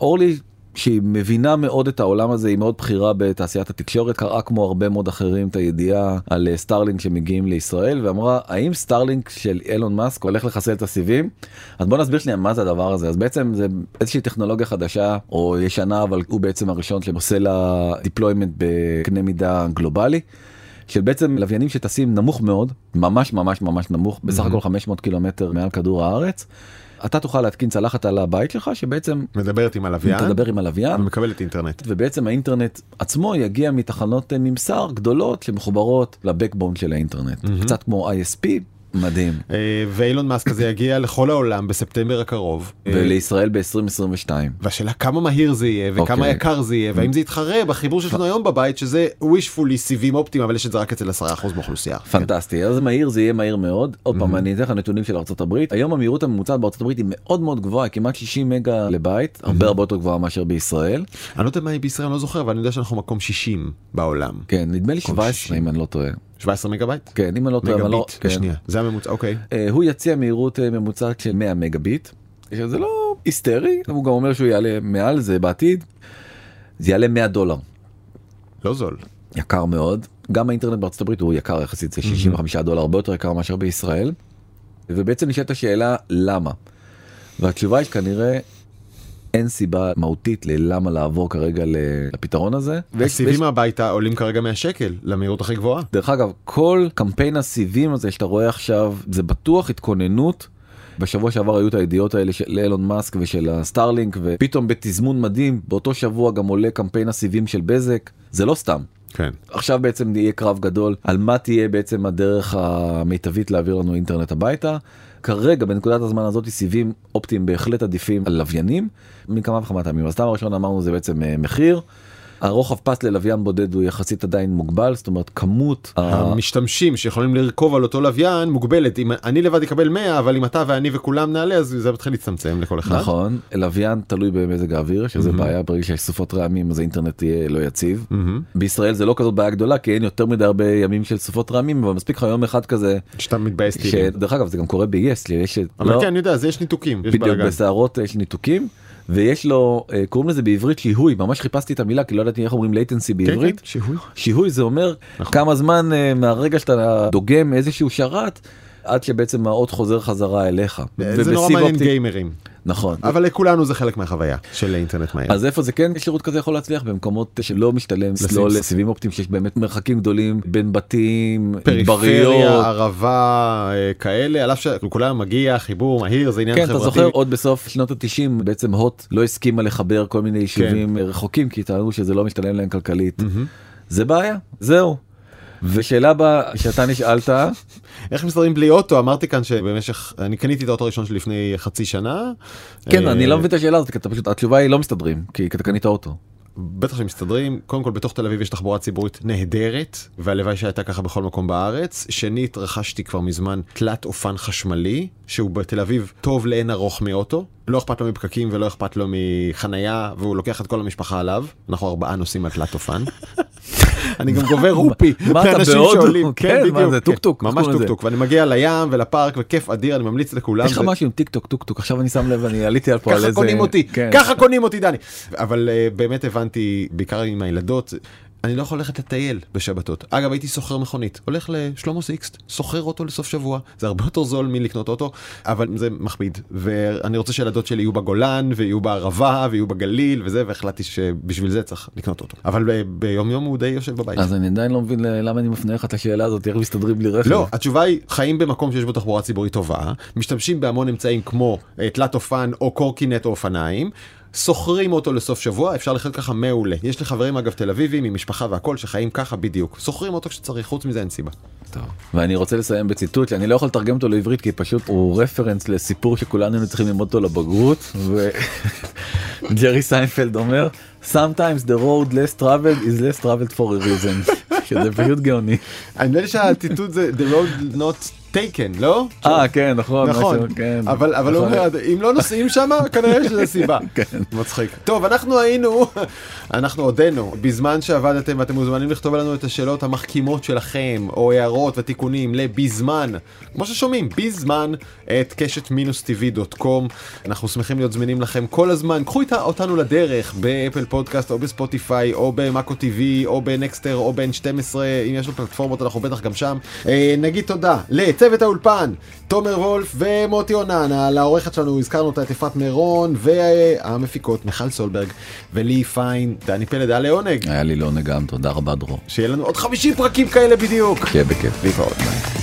[SPEAKER 2] אורלי, שהיא מבינה מאוד את העולם הזה, היא מאוד בכירה בתעשיית התקשורת, קראה כמו הרבה מאוד אחרים את הידיעה על אה, סטארלינק שמגיעים לישראל, ואמרה, האם סטארלינק של אילון מאסק הולך לחסל את הסיבים? אז בוא נסביר שנייה מה זה הדבר הזה. אז בעצם זה איזושהי טכנולוגיה חדשה, או ישנה, אבל הוא בעצם הראשון שעושה לה deployment בקנה מידה גלובלי. של בעצם לוויינים שטסים נמוך מאוד, ממש ממש ממש נמוך, בסך הכל 500 קילומטר מעל כדור הארץ, אתה תוכל להתקין צלחת על הבית שלך, שבעצם
[SPEAKER 1] מדברת עם הלוויין.
[SPEAKER 2] אתה מדבר עם הלוויין,
[SPEAKER 1] ומקבלת אינטרנט.
[SPEAKER 2] ובעצם האינטרנט עצמו יגיע מתחנות אה, ממסר גדולות שמחוברות לבקבון של האינטרנט, קצת כמו ISP. מדהים.
[SPEAKER 1] אה, ואילון מאסק הזה יגיע לכל העולם בספטמבר הקרוב. אה,
[SPEAKER 2] ולישראל ב-2022.
[SPEAKER 1] והשאלה כמה מהיר זה יהיה וכמה
[SPEAKER 2] אוקיי.
[SPEAKER 1] יקר זה יהיה והאם זה יתחרה בחיבור שיש לנו היום בבית שזה wishfully סיבים אופטיים אבל יש את זה רק אצל 10% מהאוכלוסייה.
[SPEAKER 2] פנטסטי אז מהיר זה יהיה מהיר מאוד עוד פעם אני אתן לך נתונים של ארצות הברית היום המהירות הממוצעת בארצות הברית היא מאוד מאוד גבוהה כמעט 60 מגה לבית הרבה הרבה יותר גבוהה מאשר בישראל
[SPEAKER 1] אני לא יודע מה היא בישראל אני לא זוכר אבל אני יודע שאנחנו מקום 60 בעולם.
[SPEAKER 2] כן נדמה לי
[SPEAKER 1] 60.
[SPEAKER 2] 17 אם אני לא טועה
[SPEAKER 1] 17 מגה-בייט?
[SPEAKER 2] כן אם אני לא טועה אבל לא
[SPEAKER 1] מגה-ביט
[SPEAKER 2] כן.
[SPEAKER 1] בשנייה. זה הממוצע אוקיי.
[SPEAKER 2] אה, הוא יציע מהירות אה, ממוצעת של 100 מגה ביט זה לא היסטרי הוא גם אומר שהוא יעלה מעל זה בעתיד זה יעלה 100 דולר
[SPEAKER 1] לא זול.
[SPEAKER 2] יקר מאוד גם האינטרנט בארצות הברית הוא יקר יחסית זה 65 דולר הרבה יותר יקר מאשר בישראל. ובעצם נשאלת השאלה למה. והתשובה היא שכנראה אין סיבה מהותית ללמה לעבור כרגע ל- לפתרון הזה. ויש- ויש-
[SPEAKER 1] הסיבים הביתה עולים כרגע 100 שקל למהירות הכי גבוהה.
[SPEAKER 2] דרך אגב כל קמפיין הסיבים הזה שאתה רואה עכשיו זה בטוח התכוננות. בשבוע שעבר היו את הידיעות האלה של אילון מאסק ושל הסטארלינק ופתאום בתזמון מדהים באותו שבוע גם עולה קמפיין הסיבים של בזק זה לא סתם
[SPEAKER 1] כן.
[SPEAKER 2] עכשיו בעצם יהיה קרב גדול על מה תהיה בעצם הדרך המיטבית להעביר לנו אינטרנט הביתה. כרגע בנקודת הזמן הזאת סיבים אופטיים בהחלט עדיפים על לוויינים מכמה וכמה טעמים. אז טעם הראשון אמרנו זה בעצם אה, מחיר. הרוחב פס ללוויין בודד הוא יחסית עדיין מוגבל זאת אומרת כמות ה-
[SPEAKER 1] אה, המשתמשים שיכולים לרכוב על אותו לוויין מוגבלת אם אני לבד אקבל 100 אבל אם אתה ואני וכולם נעלה אז זה מתחיל להצטמצם לכל אחד.
[SPEAKER 2] נכון לוויין תלוי במזג האוויר שזה
[SPEAKER 1] מהמם.
[SPEAKER 2] בעיה ברגע שיש סופות רעמים אז האינטרנט יהיה לא יציב.
[SPEAKER 1] מהמם.
[SPEAKER 2] בישראל זה לא כזאת בעיה גדולה כי אין יותר מדי הרבה ימים של סופות רעמים אבל מספיק לך יום אחד כזה
[SPEAKER 1] שאתה מתבאס טילים.
[SPEAKER 2] שדרך אגב זה גם קורה ב-yes יש את-
[SPEAKER 1] אבל
[SPEAKER 2] לא-
[SPEAKER 1] כן אני יודע אז יש ניתוקים. יש
[SPEAKER 2] בדיוק
[SPEAKER 1] בלאגן.
[SPEAKER 2] בסערות אה, של ניתוקים ויש לו אה, קוראים לזה בעברית שיהוי ממש חיפשתי את המילה כי לא ידעתי איך אומרים latency
[SPEAKER 1] כן, נכון. כן,
[SPEAKER 2] בעברית.
[SPEAKER 1] שיהוי.
[SPEAKER 2] שיהוי זה אומר כמה זמן אה, מהרגע שאתה דוגם איזשהו שרת עד שבעצם האות חוזר חזרה אליך.
[SPEAKER 1] אה, זה נורא
[SPEAKER 2] ובסיב
[SPEAKER 1] מעניין אה,
[SPEAKER 2] אופטי-
[SPEAKER 1] גיימרים
[SPEAKER 2] נכון.
[SPEAKER 1] אבל לכולנו זה חלק מהחוויה של אינטרנט מהיר.
[SPEAKER 2] אז איפה זה כן שירות כזה יכול להצליח במקומות שלא משתלם לסלול
[SPEAKER 1] סיבים.
[SPEAKER 2] סיבים אופטיים שיש באמת מרחקים גדולים בין בתים,
[SPEAKER 1] פריפריה,
[SPEAKER 2] בריות.
[SPEAKER 1] ערבה, אה, כאלה, על אף שכולם מגיע, חיבור מהיר, זה עניין
[SPEAKER 2] כן, אתה
[SPEAKER 1] חברתי.
[SPEAKER 2] זוכר עוד בסוף שנות ה-90 בעצם הוט לא הסכימה לחבר כל מיני
[SPEAKER 1] כן.
[SPEAKER 2] יישובים אה, רחוקים כי טענו שזה לא משתלם להם כלכלית. זה בעיה, זהו. ושאלה הבאה שאתה נשאלת,
[SPEAKER 1] איך מסתדרים בלי אוטו? אמרתי כאן שבמשך, אני קניתי את האוטו הראשון שלי לפני חצי שנה.
[SPEAKER 2] כן
[SPEAKER 1] אה, אה,
[SPEAKER 2] אני לא מבין את השאלה הזאת, כי אתה פשוט, התשובה היא לא מסתדרים, כי אתה קנית אוטו.
[SPEAKER 1] בטח שמסתדרים, קודם כל בתוך תל אביב יש תחבורה ציבורית נהדרת, והלוואי שהייתה ככה בכל מקום בארץ. שנית, רכשתי כבר מזמן תלת אופן חשמלי, שהוא בתל אביב טוב לאין ארוך מאוטו. לא אכפת לו מפקקים ולא אכפת לו מחנייה, והוא לוקח את כל המשפחה עליו. אנחנו ארבעה נוסעים על תלת אופן. אני גם גובה רופי,
[SPEAKER 2] מה אתה
[SPEAKER 1] מאנשים
[SPEAKER 2] בהודו?
[SPEAKER 1] שעולים.
[SPEAKER 2] כן, מה
[SPEAKER 1] בדיוק,
[SPEAKER 2] זה,
[SPEAKER 1] כן.
[SPEAKER 2] טוקטוק, איך
[SPEAKER 1] ממש
[SPEAKER 2] קוראים לזה?
[SPEAKER 1] טוקטוק, ואני מגיע לים ולפארק וכיף אדיר, אני ממליץ לכולם.
[SPEAKER 2] יש לך
[SPEAKER 1] זה-
[SPEAKER 2] משהו עם טיק טוק טוק טוק עכשיו אני שם לב אני עליתי על פה על איזה...
[SPEAKER 1] ככה קונים אותי,
[SPEAKER 2] כן.
[SPEAKER 1] ככה קונים אותי דני. אבל אה, באמת הבנתי, בעיקר עם הילדות, אני לא יכול ללכת לטייל בשבתות. אגב, הייתי סוחר מכונית, הולך לשלמה סיקסט, סוחר אוטו לסוף שבוע, זה הרבה יותר זול מלקנות אוטו, אבל זה מכביד. ואני רוצה שהילדות שלי יהיו בגולן, ויהיו בערבה, ויהיו בגליל, וזה, והחלטתי שבשביל זה צריך לקנות אוטו. אבל אה, ביום יום הוא די יושב בבית.
[SPEAKER 2] אז אני עדיין לא מבין למה אני מפנה לך את השאלה הזאת איך מסתדרים בלי רכב.
[SPEAKER 1] לא, התשובה היא, חיים במקום שיש בו תחבורה ציבורית טובה, משתמשים בהמון אמצעים כמו אה, תלת אופן או קורקינט או אופניים. שוכרים אותו לסוף שבוע אפשר לחיות ככה מעולה יש לי חברים אגב תל אביבים עם משפחה והכל שחיים ככה בדיוק שוכרים אותו כשצריך חוץ מזה אין סיבה.
[SPEAKER 2] טוב. ואני רוצה לסיים בציטוט שאני לא יכול לתרגם אותו לעברית כי פשוט הוא רפרנס לסיפור שכולנו היינו צריכים ללמוד אותו לבגרות וג'רי סיינפלד אומר sometimes the road less traveled is less traveled for a reason שזה פשוט גאוני.
[SPEAKER 1] אני נדמה לי שהציטוט זה the road not taken לא?
[SPEAKER 2] אה כן נכון
[SPEAKER 1] נכון,
[SPEAKER 2] משהו, כן.
[SPEAKER 1] אבל אבל הוא
[SPEAKER 2] נכון.
[SPEAKER 1] אומר, אם לא נוסעים שם כנראה יש לזה סיבה.
[SPEAKER 2] כן.
[SPEAKER 1] מצחיק. טוב אנחנו היינו, אנחנו עודנו, בזמן שעבדתם ואתם מוזמנים לכתוב לנו את השאלות המחכימות שלכם, או הערות ותיקונים לבזמן, כמו ששומעים, בזמן את קשת מינוס טבעי דוט קום. אנחנו שמחים להיות זמינים לכם כל הזמן, קחו איתה- אותנו לדרך באפל פודקאסט או בספוטיפיי או במאקו TV או בנקסטר או ב-N12, אם יש לו פלטפורמות אנחנו בטח גם שם. אה, נגיד תודה לצוות האולפן, תומר וולף ומוטי אונן, על העורכת שלנו הזכרנו אותה את אפרת מירון והמפיקות מיכל סולברג ולי פיין, דני פלד, היה לעונג,
[SPEAKER 2] היה לי לעונג גם לא תודה רבה דרור.
[SPEAKER 1] שיהיה לנו עוד 50 פרקים כאלה בדיוק.
[SPEAKER 2] שיהיה בכיף.
[SPEAKER 1] להתראות. ביי.